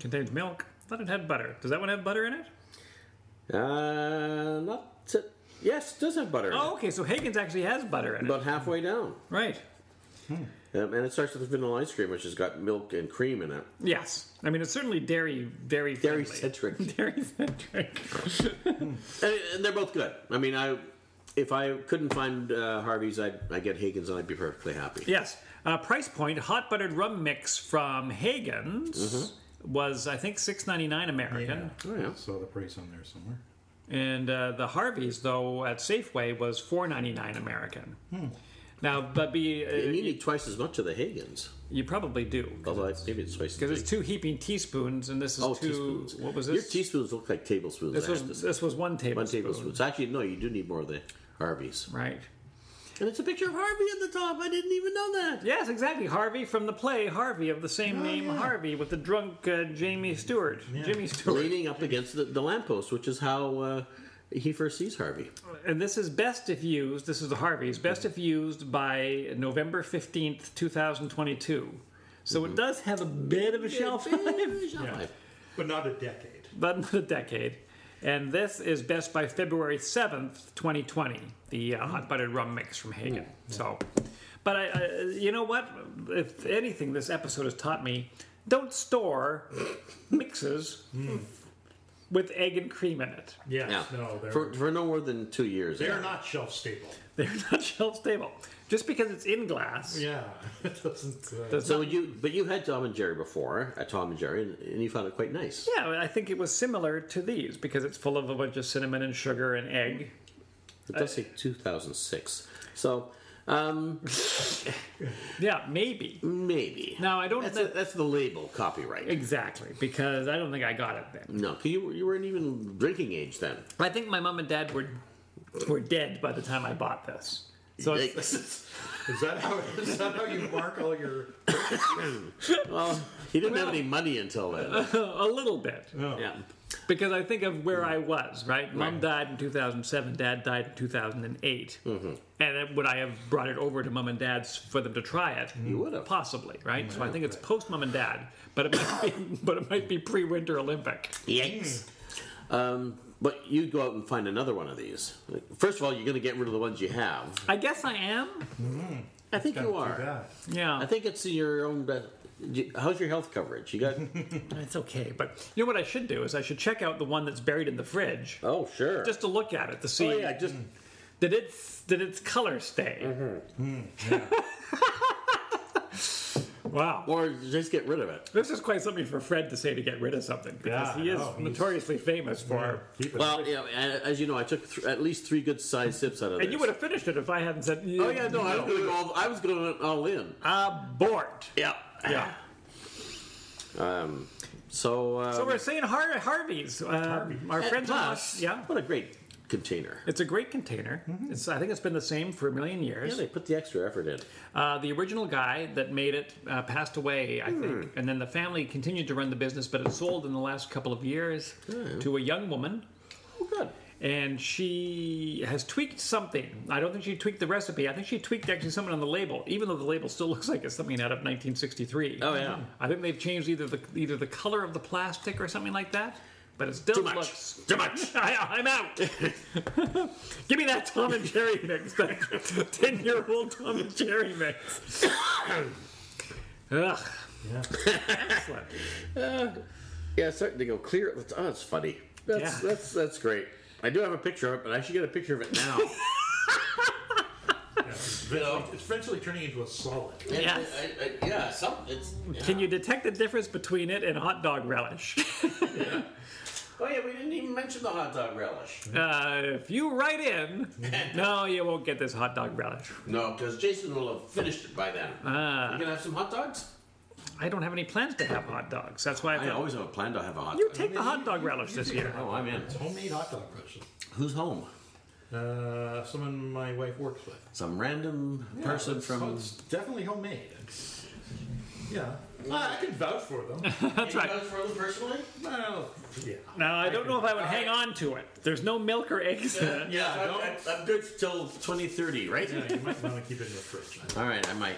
S2: Contains milk. Thought it had butter. Does that one have butter in it?
S3: Uh, not to, yes, it does have butter. in it.
S2: Oh, okay. So Hagen's actually has butter in it.
S3: About halfway down,
S2: right.
S3: um, and it starts with vanilla ice cream, which has got milk and cream in it.
S2: Yes. I mean, it's certainly dairy, dairy,
S3: Dairy
S2: friendly.
S3: centric, and,
S2: Dairy centric.
S3: and Uh, they're both good. I mean, I if I couldn't find uh, Harvey's, I'd I get Higgins, and I'd be perfectly happy.
S2: yes. Uh, price point: hot buttered rum mix from Hagen's
S3: Mm-hmm.
S2: was I think six ninety nine American,
S3: Oh, yeah.
S1: Saw the price on there somewhere.
S2: and uh, the Harvey's though at Safeway was four ninety nine American. Now, but be uh,
S3: And Hmm. you need twice as much of the Higgins,
S2: you probably do
S3: although I- maybe it's twice. as
S2: because
S3: big.
S2: it's two heaping teaspoons, and this is
S3: Oh,
S2: two.
S3: teaspoons.
S2: What was
S3: Your
S2: this?
S3: teaspoons look like tablespoons.
S2: This
S3: I have to
S2: was
S3: say.
S2: this was one tablespoon.
S3: one tablespoon. So actually, no, you do need more of the Harveys.
S2: Right.
S3: And it's a picture of Harvey at the top. I didn't even know that.
S2: Yes, exactly. Harvey from the play Harvey of the same
S1: Oh,
S2: name
S1: yeah.
S2: Harvey with the drunk uh, Jamie Stewart. Jimmy Stewart.
S3: Leaning up against the, the lamppost, which is how uh, he first sees Harvey.
S2: And this is best if used, this is the Harvey's, best if used by November 15th, 2022. So it does have a bit of a shelf life,
S1: Yeah. But not a decade.
S2: but not a decade. And this is best by February 7th, 2020, the uh, hot buttered rum mix from Hagen. So, but I, I, you know what? If anything, this episode has taught me don't store mixes with egg and cream in it.
S1: Yes.
S3: Yeah.
S1: No, they're,
S3: for, for no more than two years.
S1: they're
S3: yeah.
S1: not shelf stable.
S2: They're not shelf stable. Just because it's in glass.
S1: Yeah. It doesn't. Uh,
S2: Does
S3: So you, but you had Tom and Jerry before at Tom and Jerry, and, and you found it quite nice.
S2: Yeah, I think it was similar to these because it's full of a bunch of cinnamon and sugar and egg.
S3: It does say 2006. So um,
S2: Yeah, maybe.
S3: Mm. maybe.
S2: Now, I don't
S3: That's,
S2: think-
S3: that's the label copyright.
S2: Exactly, because I don't think I got it then.
S3: No, 'cause you, you weren't even drinking age then.
S2: I think my mom and dad were were dead by the time I bought this. So it's,
S3: Yikes.
S1: is, that how, is that how you mark all your.
S3: well, he didn't have any money until then.
S2: a little bit
S1: No.
S3: Yeah.
S2: because I think of where I was. Right, mom died in 2007. Dad died in 2008. Mm-hmm. And then would I have brought it over to mom and dad's for them to try it?
S3: You would have.
S2: Possibly, right? So I think it's post mom and dad, but it might be, but it might be pre Winter Olympic.
S3: Yikes. Um, but you go out and find another one of these. First of all, you're going to get rid of the ones you have.
S2: I guess I am.
S3: I think you are.
S1: Yeah.
S2: Yeah,
S3: I think it's your own best. you- How's your health coverage? You got?
S2: it's okay. But you know what I should do is I should check out the one that's buried in the fridge
S3: oh, sure.
S2: just to look at it to see
S3: oh, yeah, just
S2: did its did its color stay.
S3: Mm-hmm.
S2: wow.
S3: or just get rid of it.
S2: This is quite something for Fred to say to get rid of something
S1: Yeah,
S2: because he is
S1: no, he's-
S2: notoriously famous for.
S3: Mm-hmm.
S1: Keep it.
S3: Well, yeah. a- As you know, I took th- at least three good sized sips out of it.
S2: And you would have finished it if I hadn't said.
S3: Oh yeah, no, I was going to go. All, I was going all in.
S2: abort.
S3: Uh, Yeah.
S2: Yeah.
S3: So. Um,
S2: So we're saying Har- Harvey's. Uh, Our
S3: and
S2: friends in
S3: plus,
S2: Los- Yeah.
S3: What a great container.
S2: It's a great container.
S3: Mm-hmm.
S2: It's, I think it's been the same for a million years.
S3: Yeah, they put the extra effort in.
S2: Uh, the original guy that made it uh, passed away,
S3: Hmm.
S2: I think, and then the family continued to run the business, but it sold in the last couple of years to a young woman.
S3: Oh, good.
S2: and she has tweaked something. I don't think she tweaked the recipe. I think she tweaked actually something on the label, even though the label still looks like it's something out of 1963.
S3: Oh, yeah.
S2: I think they've changed either the either the color of the plastic or something like that. But it still
S3: much.
S2: looks
S3: Too much.
S2: I, I'm out. Give me that Tom and Jerry mix, that ten-year-old Tom and Jerry mix. Ugh. Excellent.
S3: Yeah, it's starting to go clear. That's- Oh, that's funny. That's
S2: Yeah.
S3: that's that's great. I do have a picture of it, but I should get a picture of it now.
S1: It's eventually, it's eventually turning into a solid.
S2: Yeah.
S3: I, I, yeah, some, it's,
S2: Can you detect the difference between it and hot dog relish?
S3: Oh yeah, we didn't even mention the hot dog relish.
S2: Uh, if you write in, no, you won't get this hot dog relish.
S3: No, because Jason will have finished it by then.
S2: Ah.
S3: you gonna have some hot dogs?
S2: I don't have any plans to have hot dogs. That's why I
S3: I
S2: thought
S3: always have a plan to have a hot
S2: you
S3: dog.
S2: take the hot dog relish this year.
S3: oh, I'm in.
S1: It's homemade hot dog roast.
S3: Who's home?
S1: Uh, someone my wife works with.
S3: Some random person
S1: it's,
S3: from.
S1: it's definitely homemade. It's, yeah, I can vouch for them.
S3: That's
S2: right.
S3: For them personally.
S1: well, yeah.
S2: Now I don't know if I would hang on to it. There's no milk or eggs in it.
S1: Yeah,
S3: I'm,
S1: don't-
S3: I'm good till 2030, right?
S1: Yeah, you might want to keep it in the fridge.
S3: All right, I might.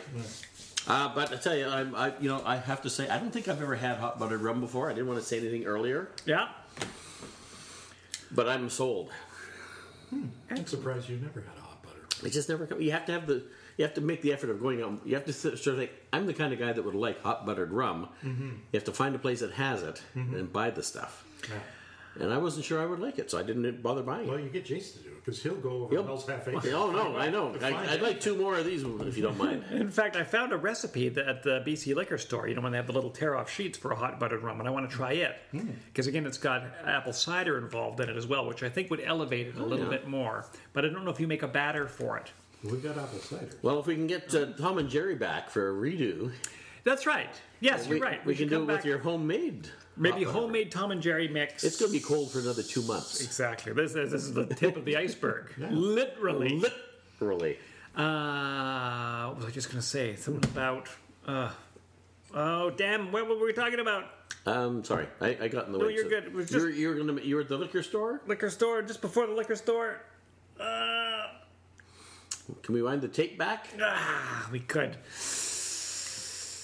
S3: Uh, but I tell you, I'm, I, you know, I have to say, I don't think I've ever had hot buttered rum before. I didn't want to say anything earlier,
S2: Yeah.
S3: but I'm sold.
S1: I'm surprised you never had hot butter.
S3: It just never comes. You have to have the. You have to make the effort of going out. You have to sort of think. I'm the kind of guy that would like hot buttered rum.
S2: Mm-hmm.
S3: You have to find a place that has it and buy the stuff. And I wasn't sure I would like it, so I didn't bother buying
S1: Well,
S3: it.
S1: you get Jason to do it because he'll go over
S3: Yep.
S1: to Mel's half acre.
S3: Oh no, I know.
S1: To
S3: I,
S1: find
S3: I'd
S1: it.
S3: like two more of these if you don't mind.
S2: In fact, I found a recipe that at the BC liquor store. You know when they have the little tear-off sheets for a hot buttered rum, and I want to try it
S3: Hmm.
S2: because again, it's got apple cider involved in it as well, which I think would elevate it a little
S3: Oh, yeah.
S2: bit more. But I don't know if you make a batter for it.
S1: We've got apple cider.
S3: Well, if we can get uh, Tom and Jerry back for a redo,
S2: That's right. Yes,
S3: we,
S2: you're right.
S3: we can
S2: should
S3: do
S2: come
S3: it
S2: back-
S3: with your homemade. hot
S2: maybe
S3: buttered rum.
S2: homemade Tom and Jerry mix.
S3: It's going to be cold for another two months.
S2: Exactly. This is, this is the tip of the iceberg. Literally.
S3: Literally.
S2: uh, what was I just going to say? Something about. Uh, oh, damn. What were we talking about?
S3: Um, sorry, I, I got in the way.
S2: you're good. It was just-
S3: You're, you're gonna. You're at the liquor store.
S2: Liquor store, just before the liquor store? Uh,
S3: Can we wind the tape back?
S2: ah, we could.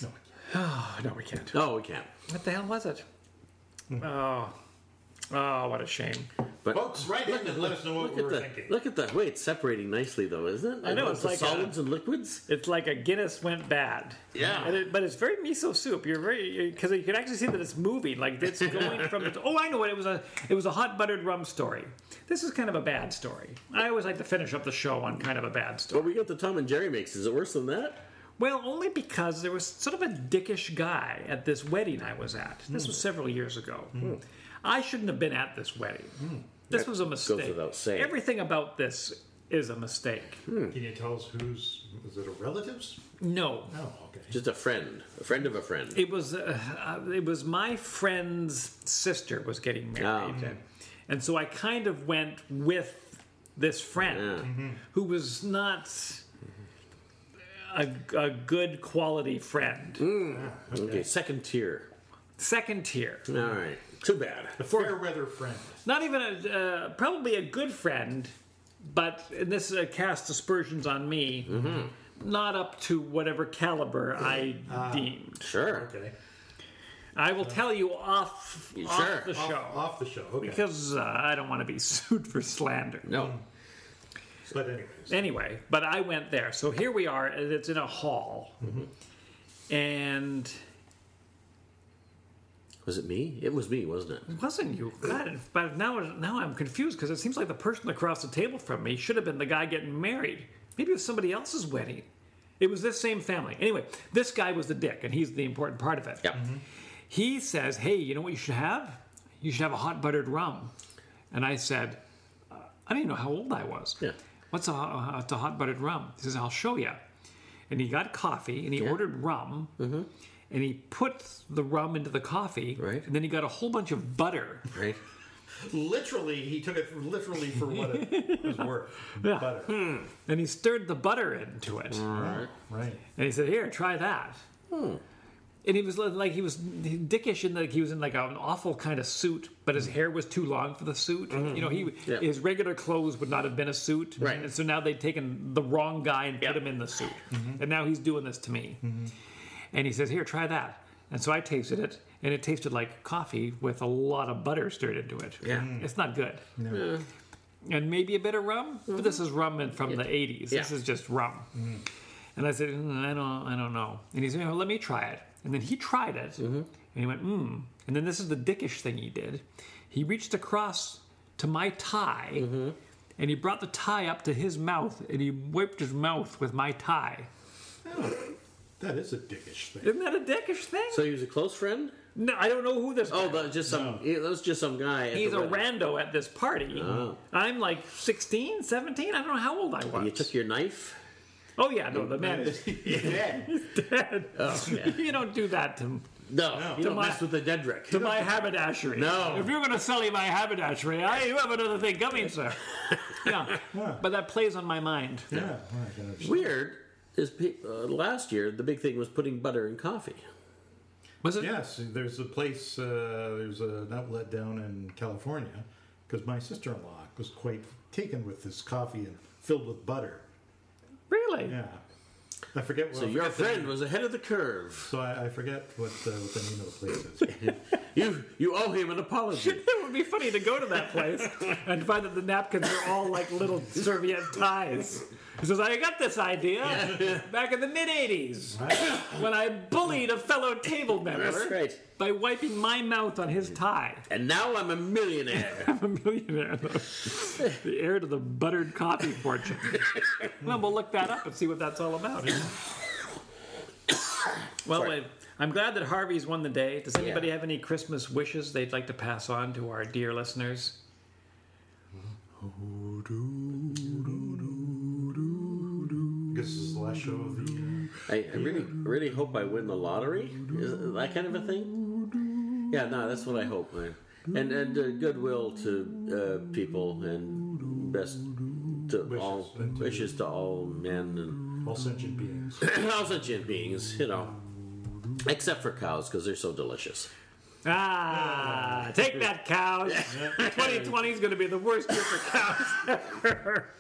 S1: No,
S2: Oh, no, we can't.
S3: No, we can't.
S2: What the hell was it? Oh. Oh, what a shame.
S3: But
S1: folks, right in and let us know what we
S3: look at
S1: were
S3: the
S1: thinking.
S3: look at the way it's separating nicely, though, isn't it?
S2: I know,
S3: All
S2: it's
S3: the
S2: like a-
S3: solids and liquids.
S2: It's like a Guinness went bad.
S3: Yeah.
S2: And it, but it's very miso soup. You're very because you can actually see that it's moving. Like it's going from. The, oh, I know what it was. A it was a hot buttered rum story. This is kind of a bad story. I always like to finish up the show on kind of a bad story.
S3: But we got the Tom and Jerry mix. Is it worse than that?
S2: Well, only because there was sort of a dickish guy at this wedding I was at. This
S3: Hmm.
S2: was several years ago. I shouldn't have been at this wedding. This was a mistake.
S3: Hmm. without saying.
S2: Everything about this is a mistake.
S1: Can you tell us who's? Was it a relative's?
S2: No,
S1: No, okay.
S3: Just a friend, a friend of a friend.
S2: It was uh, uh, it was my friend's sister was getting married,
S3: Oh, okay.
S2: and so I kind of went with this friend
S3: Yeah.
S2: who was not a, a good quality friend,
S3: Mm. Okay, second tier.
S2: second tier,
S3: All right. Too bad.
S1: a fair weather friend.
S2: not even a uh, probably a good friend, but and this uh, casts aspersions on me.
S3: Mm-hmm.
S2: Not up to whatever caliber I deemed.
S3: Sure.
S1: Okay,
S2: I will tell you off,
S3: Sure.
S2: off the
S1: off,
S2: show.
S1: off the show. Okay,
S2: because uh, I don't want to be sued for slander.
S3: No.
S1: but anyways,
S2: Anyway, but I went there. So here we are, and it's in a hall. And
S3: Was it me? It was me, wasn't it?
S2: it wasn't you. God, but now, now I'm confused because it seems like the person across the table from me should have been the guy getting married. Maybe it was somebody else's wedding. It was this same family. Anyway, this guy was the dick, and he's the important part of it.
S3: Yep.
S2: He says, Hey, you know what you should have? You should have a hot buttered rum. And I said, uh, I didn't know how old I was.
S3: Yeah.
S2: What's a, uh, it's a hot buttered rum? He says, I'll show you. And he got coffee and he ordered rum and he put the rum into the coffee.
S3: Right.
S2: And then he got a whole bunch of butter.
S3: Right.
S1: literally, he took it literally for what it was worth.
S2: Yeah.
S1: Butter,
S2: And he stirred the butter into it.
S3: All right.
S1: right?
S3: Hmm.
S2: And he said, Here, try that. and he was li- like he was dickish in that he was in like an awful kind of suit, but his hair was too long for the suit. You know, he
S3: Mm-hmm. Yeah.
S2: his regular clothes would not have been a suit,
S3: Right.
S2: And so now they've taken the wrong guy and put him in the suit,
S3: Mm-hmm.
S2: and now he's doing this to me. And he says, "Here, try that." And so I tasted it, and it tasted like coffee with a lot of butter stirred into it.
S3: Yeah. Mm.
S2: it's not good. And maybe a bit of rum, but this is rum in- from the '80s. This
S3: Mm-hmm. Yeah. Mm-hmm.
S2: is just rum. And I said, "Mm, I don't, I don't know. And he said, "Well, let me try it. And then he tried it,
S3: Mm-hmm.
S2: and he went, mm. And then this is the dickish thing he did. He reached across to my tie,
S3: Mm-hmm.
S2: and he brought the tie up to his mouth, and he wiped his mouth with my tie.
S1: That is a dickish thing.
S2: Isn't that a dickish thing?
S3: So he was a close friend.
S2: no, I don't know who this.
S3: Oh, that was just some. yeah, that was just some guy. At
S2: He's
S3: the
S2: a
S3: wedding.
S2: rando at this party. I'm like 16, 17. I don't know how old I
S3: Oh. You
S2: was.
S3: took your knife.
S2: oh yeah, no, the man is dead. you don't do that to
S3: No, you
S2: To
S3: don't
S2: my-
S3: mess with the Dedrick.
S2: to my haberdashery.
S3: No.
S2: If you're going to sully my haberdashery, I you have another thing coming, sir. yeah. But that plays on my mind.
S1: Yeah, Oh I can understand.
S3: Weird is pe- uh, last year the big thing was putting butter in coffee.
S2: Was it?
S1: Yes, there's a place, uh, there's an outlet down in California, because my sister in law was quite taken with this coffee and filled with butter.
S2: Really?
S1: Yeah. I forget what.
S3: So
S1: I
S3: your
S1: forget the-
S3: friend was ahead of the curve.
S1: So I, I forget what, uh, what the name of the place is.
S3: You you owe him an apology.
S2: It would be funny to go to that place and find that the napkins are all like little serviette ties. He says, I got this idea back in the mid 80s when I bullied a fellow table
S3: That's
S2: member
S3: right.
S2: by wiping my mouth on his tie.
S3: And now I'm a millionaire.
S2: I'm a millionaire. though. the heir to the buttered coffee fortune. well, we'll look that up and see what that's all about. eh? well,
S3: Sorry.
S2: wait. I'm glad that Harvey's won the day. Does anybody have any Christmas wishes they'd like to pass on to our dear listeners?
S1: This is the last show of the year.
S3: I, I really really hope I win the lottery. Is it that kind of a thing? Yeah, no, that's what I hope. Man. And and uh, goodwill to uh, people and best to all
S1: and to-
S3: wishes to all men and
S1: All sentient beings.
S3: Cows and gin beings, you know. Except for cows, because they're so delicious.
S2: Ah, take that, cows. 2020 is going to be the worst year for cows.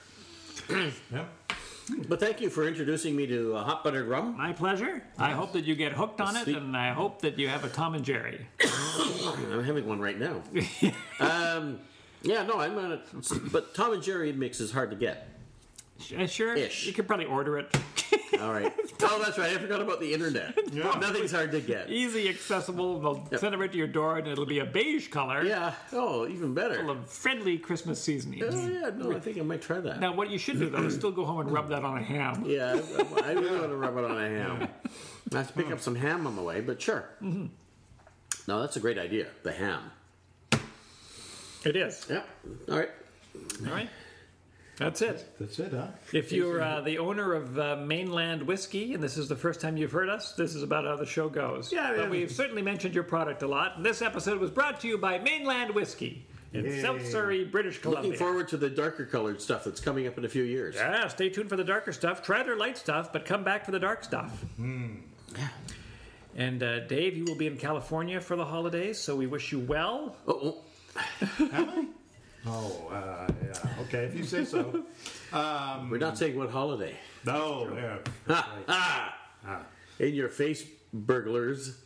S1: Yep.
S3: But thank you for introducing me to uh, hot buttered rum.
S2: My pleasure. I hope that you get hooked on it,
S3: Sweet.
S2: and I hope that you have a Tom and Jerry.
S3: I'm having one right now. um, yeah, no, I'm not. A, but Tom and Jerry mix is hard to get.
S2: Uh, Sure,
S3: Ish.
S2: you could probably order it.
S3: All right. oh, that's right. I forgot about the internet. Nothing's hard to get.
S2: easy, accessible. They'll send it right to your door, and it'll be a beige color.
S3: Yeah. Oh, even
S2: Full
S3: better.
S2: of friendly Christmas seasoning.
S3: Oh, yeah. No, I think I might try that.
S2: Now, what you should do though is still go home and rub that on a ham.
S3: Yeah, I- I really want to rub it on a ham. I have to pick up some ham on the way, but sure. No, that's a great idea. The ham.
S2: It is.
S3: Yeah. All right.
S2: All right. That's it.
S1: That's it, huh?
S2: If you're uh, the owner of uh, Mainland Whiskey and this is the first time you've heard us, this is about how the show goes.
S3: Yeah, yeah.
S2: But we've certainly mentioned your product a lot. This episode was brought to you by Mainland Whiskey in
S1: Yay.
S2: South Surrey, British Columbia.
S3: Looking forward to the darker colored stuff that's coming up in a few years.
S2: Yeah, Ah, stay tuned for the darker stuff. Try their light stuff, but come back for the dark stuff.
S3: Hmm.
S2: And uh, Dave, you will be in California for the holidays, so we wish you well.
S3: Oh,
S1: Oh, uh, yeah. Okay, if you say so.
S3: oh, we're not saying what holiday.
S1: No, yeah.
S3: Ah. In your face, burglars.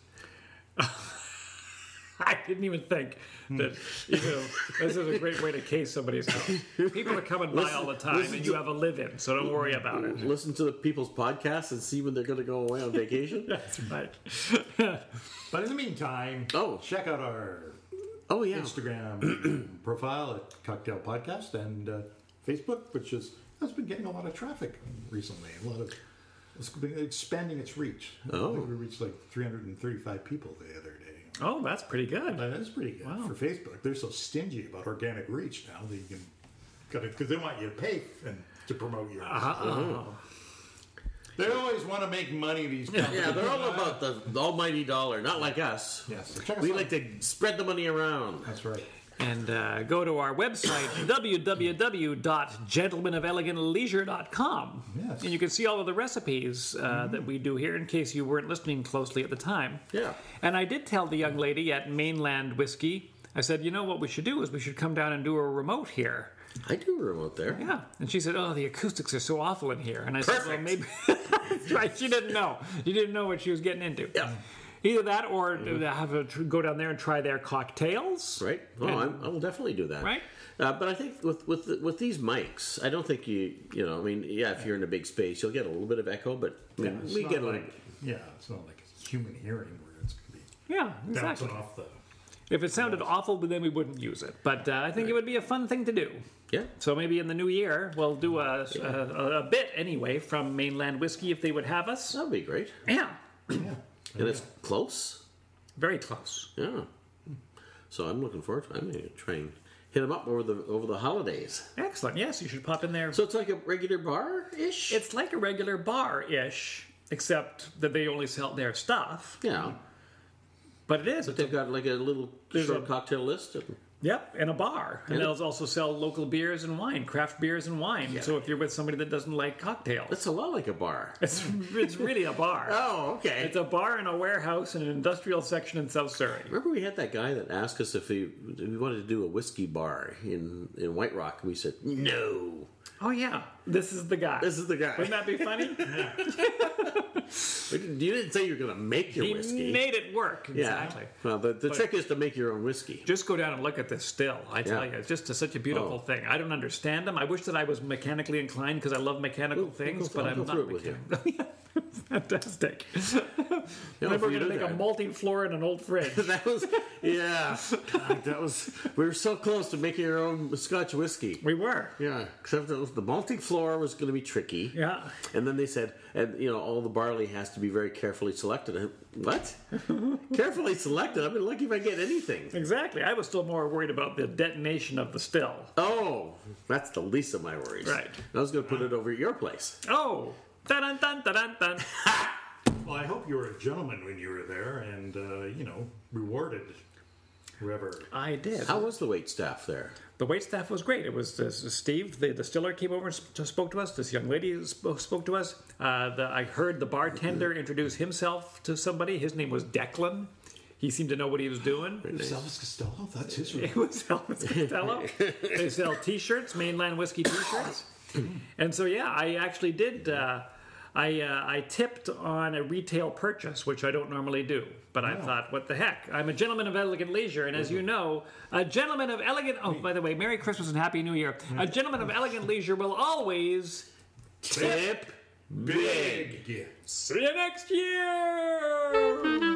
S2: I didn't even think
S3: Hmm.
S2: that you know this is a great way to case somebody's house. People are coming by
S3: Listen-
S2: all the time,
S3: listen
S2: and you
S3: to-
S2: have a live-in, so don't worry about it.
S3: Listen to the people's podcast and see when they're going to go away on vacation.
S2: That's right.
S1: But in the meantime,
S3: Oh.
S1: check out our
S3: Oh, yeah.
S1: Instagram profile at Cocktail Podcast and uh, Facebook, which is has been getting a lot of traffic recently. A lot of it's been expanding its reach.
S3: Oh.
S1: I think we reached like 335 people the other day.
S2: Oh, that's pretty good.
S1: That is pretty good for Facebook. They're so stingy about organic reach now that you can got because they want you to pay and to promote your.
S2: Uh-uh.
S3: Uh-huh. Oh.
S1: They always want to make money. These companies.
S3: Yeah, they're all about the, the almighty dollar, not like us.
S1: Yes, check us
S3: We
S1: out.
S3: like to spread the money around.
S1: That's right.
S2: and uh, go to our website www.gentlemenofelegantleisure.com
S1: Yes.
S2: and you can see all of the recipes uh, that we do here in case you weren't listening closely at the time
S3: Yeah.
S2: and i did tell the young lady at mainland whiskey i said you know what we should do is we should come down and do a remote here
S3: I do a remote there.
S2: yeah. And she said, Oh, the acoustics are so awful in here. And I said, Well, maybe. right. She didn't know. She didn't know what she was getting into.
S3: Yeah.
S2: Either that or have a, go down there and try their cocktails.
S3: Right? Oh, I'm, I will definitely do that.
S2: Right.
S3: Uh, but I think with with the, with these mics, I don't think you you know I mean yeah if you're in a big space you'll get a little bit of echo, but I mean,
S1: it's
S3: we
S1: not
S3: get a little.
S1: like yeah, it's not like it's human hearing where it's going to be
S2: Yeah,
S1: bouncing
S2: exactly.
S1: off the.
S2: If it sounded awful, then we wouldn't use it. But uh, I think it would be a fun thing to do.
S3: Yeah.
S2: So maybe in the new year, we'll do a, a, a bit anyway from Mainland Whiskey if they would have us.
S3: That'd be great.
S2: Yeah.
S1: Yeah.
S3: And it's close.
S2: Very close.
S3: Yeah. So I'm looking forward to. I'm going to try and hit them up over the over the holidays.
S2: Excellent. Yes, you should pop in there.
S3: So it's like a regular bar ish.
S2: It's like a regular bar ish, except that they only sell their stuff.
S3: yeah.
S2: But it is. It's a,
S3: They've got like a little
S2: There's
S3: short
S2: a-
S3: cocktail list. Of,
S2: yep, and a bar. And they'll also sell local beers and wine, craft beers and wine. So if you're with somebody that doesn't like cocktails,
S3: that's a lot like a bar.
S2: it's, it's really a bar.
S3: Oh, okay.
S2: It's a bar in a warehouse in an industrial section in South Surrey.
S3: Remember, we had that guy that asked us if he if we wanted to do a whiskey bar in in White Rock. We said no.
S2: Oh, yeah. This is the guy.
S3: This is the guy.
S2: Wouldn't that be funny?
S3: We didn't- you didn't say you were going to make your
S2: he
S3: whiskey.
S2: made it work.
S3: yeah.
S2: Exactly.
S3: Well, the, the trick is to make your own whiskey.
S2: Just go down and look at this still. I tell
S3: Yeah.
S2: you, it's just a, such a beautiful
S3: Oh.
S2: thing. I don't understand them. I wish that I was mechanically inclined because I love mechanical
S3: We'll-
S2: things,
S3: we'll go-
S2: but
S3: I'll
S2: I'm
S3: go
S2: not
S3: through it with you.
S2: mechanical. Fantastic.
S3: Yeah,
S2: Then
S3: if
S2: we're
S3: you
S2: going to
S3: do
S2: make a
S3: that.
S2: molting floor in an old fridge.
S3: That was yeah. God, that was we were so close to making our own Scotch whiskey.
S2: we were.
S3: Yeah, except that was, the malting floor was going to be tricky.
S2: Yeah.
S3: And then they said, and you know, all the barley has to be very carefully selected. I- What? carefully selected? I've been lucky if I get anything.
S2: Exactly. I was still more worried about the detonation of the still.
S3: Oh, that's the least of my worries.
S2: Right.
S3: I was going to put it over at your place.
S2: Oh. Dun dun dun dun dun.
S1: Well, I hope you were a gentleman when you were there, and uh, you know, rewarded whoever.
S2: I did.
S3: How was the wait staff there?
S2: The wait staff was great. It was uh, Steve, the distiller, came over and sp- spoke to us. This young lady spoke, spoke to us. Uh, the, I heard the bartender introduce himself to somebody. His name was Declan. He seemed to know what he was doing.
S1: Elvis Costello. That's his.
S2: It was Elvis Costello. they sell T-shirts, mainland whiskey T-shirts. And so, yeah, I actually did. Uh, I uh, I tipped on a retail purchase, which I don't normally do, but I thought, what the heck? I'm a gentleman of elegant leisure, and as you know, a gentleman of elegant. Oh, by the way, Merry Christmas and Happy New Year. A gentleman of elegant leisure will always.
S3: Tip big.
S1: Yeah.
S2: See you next year.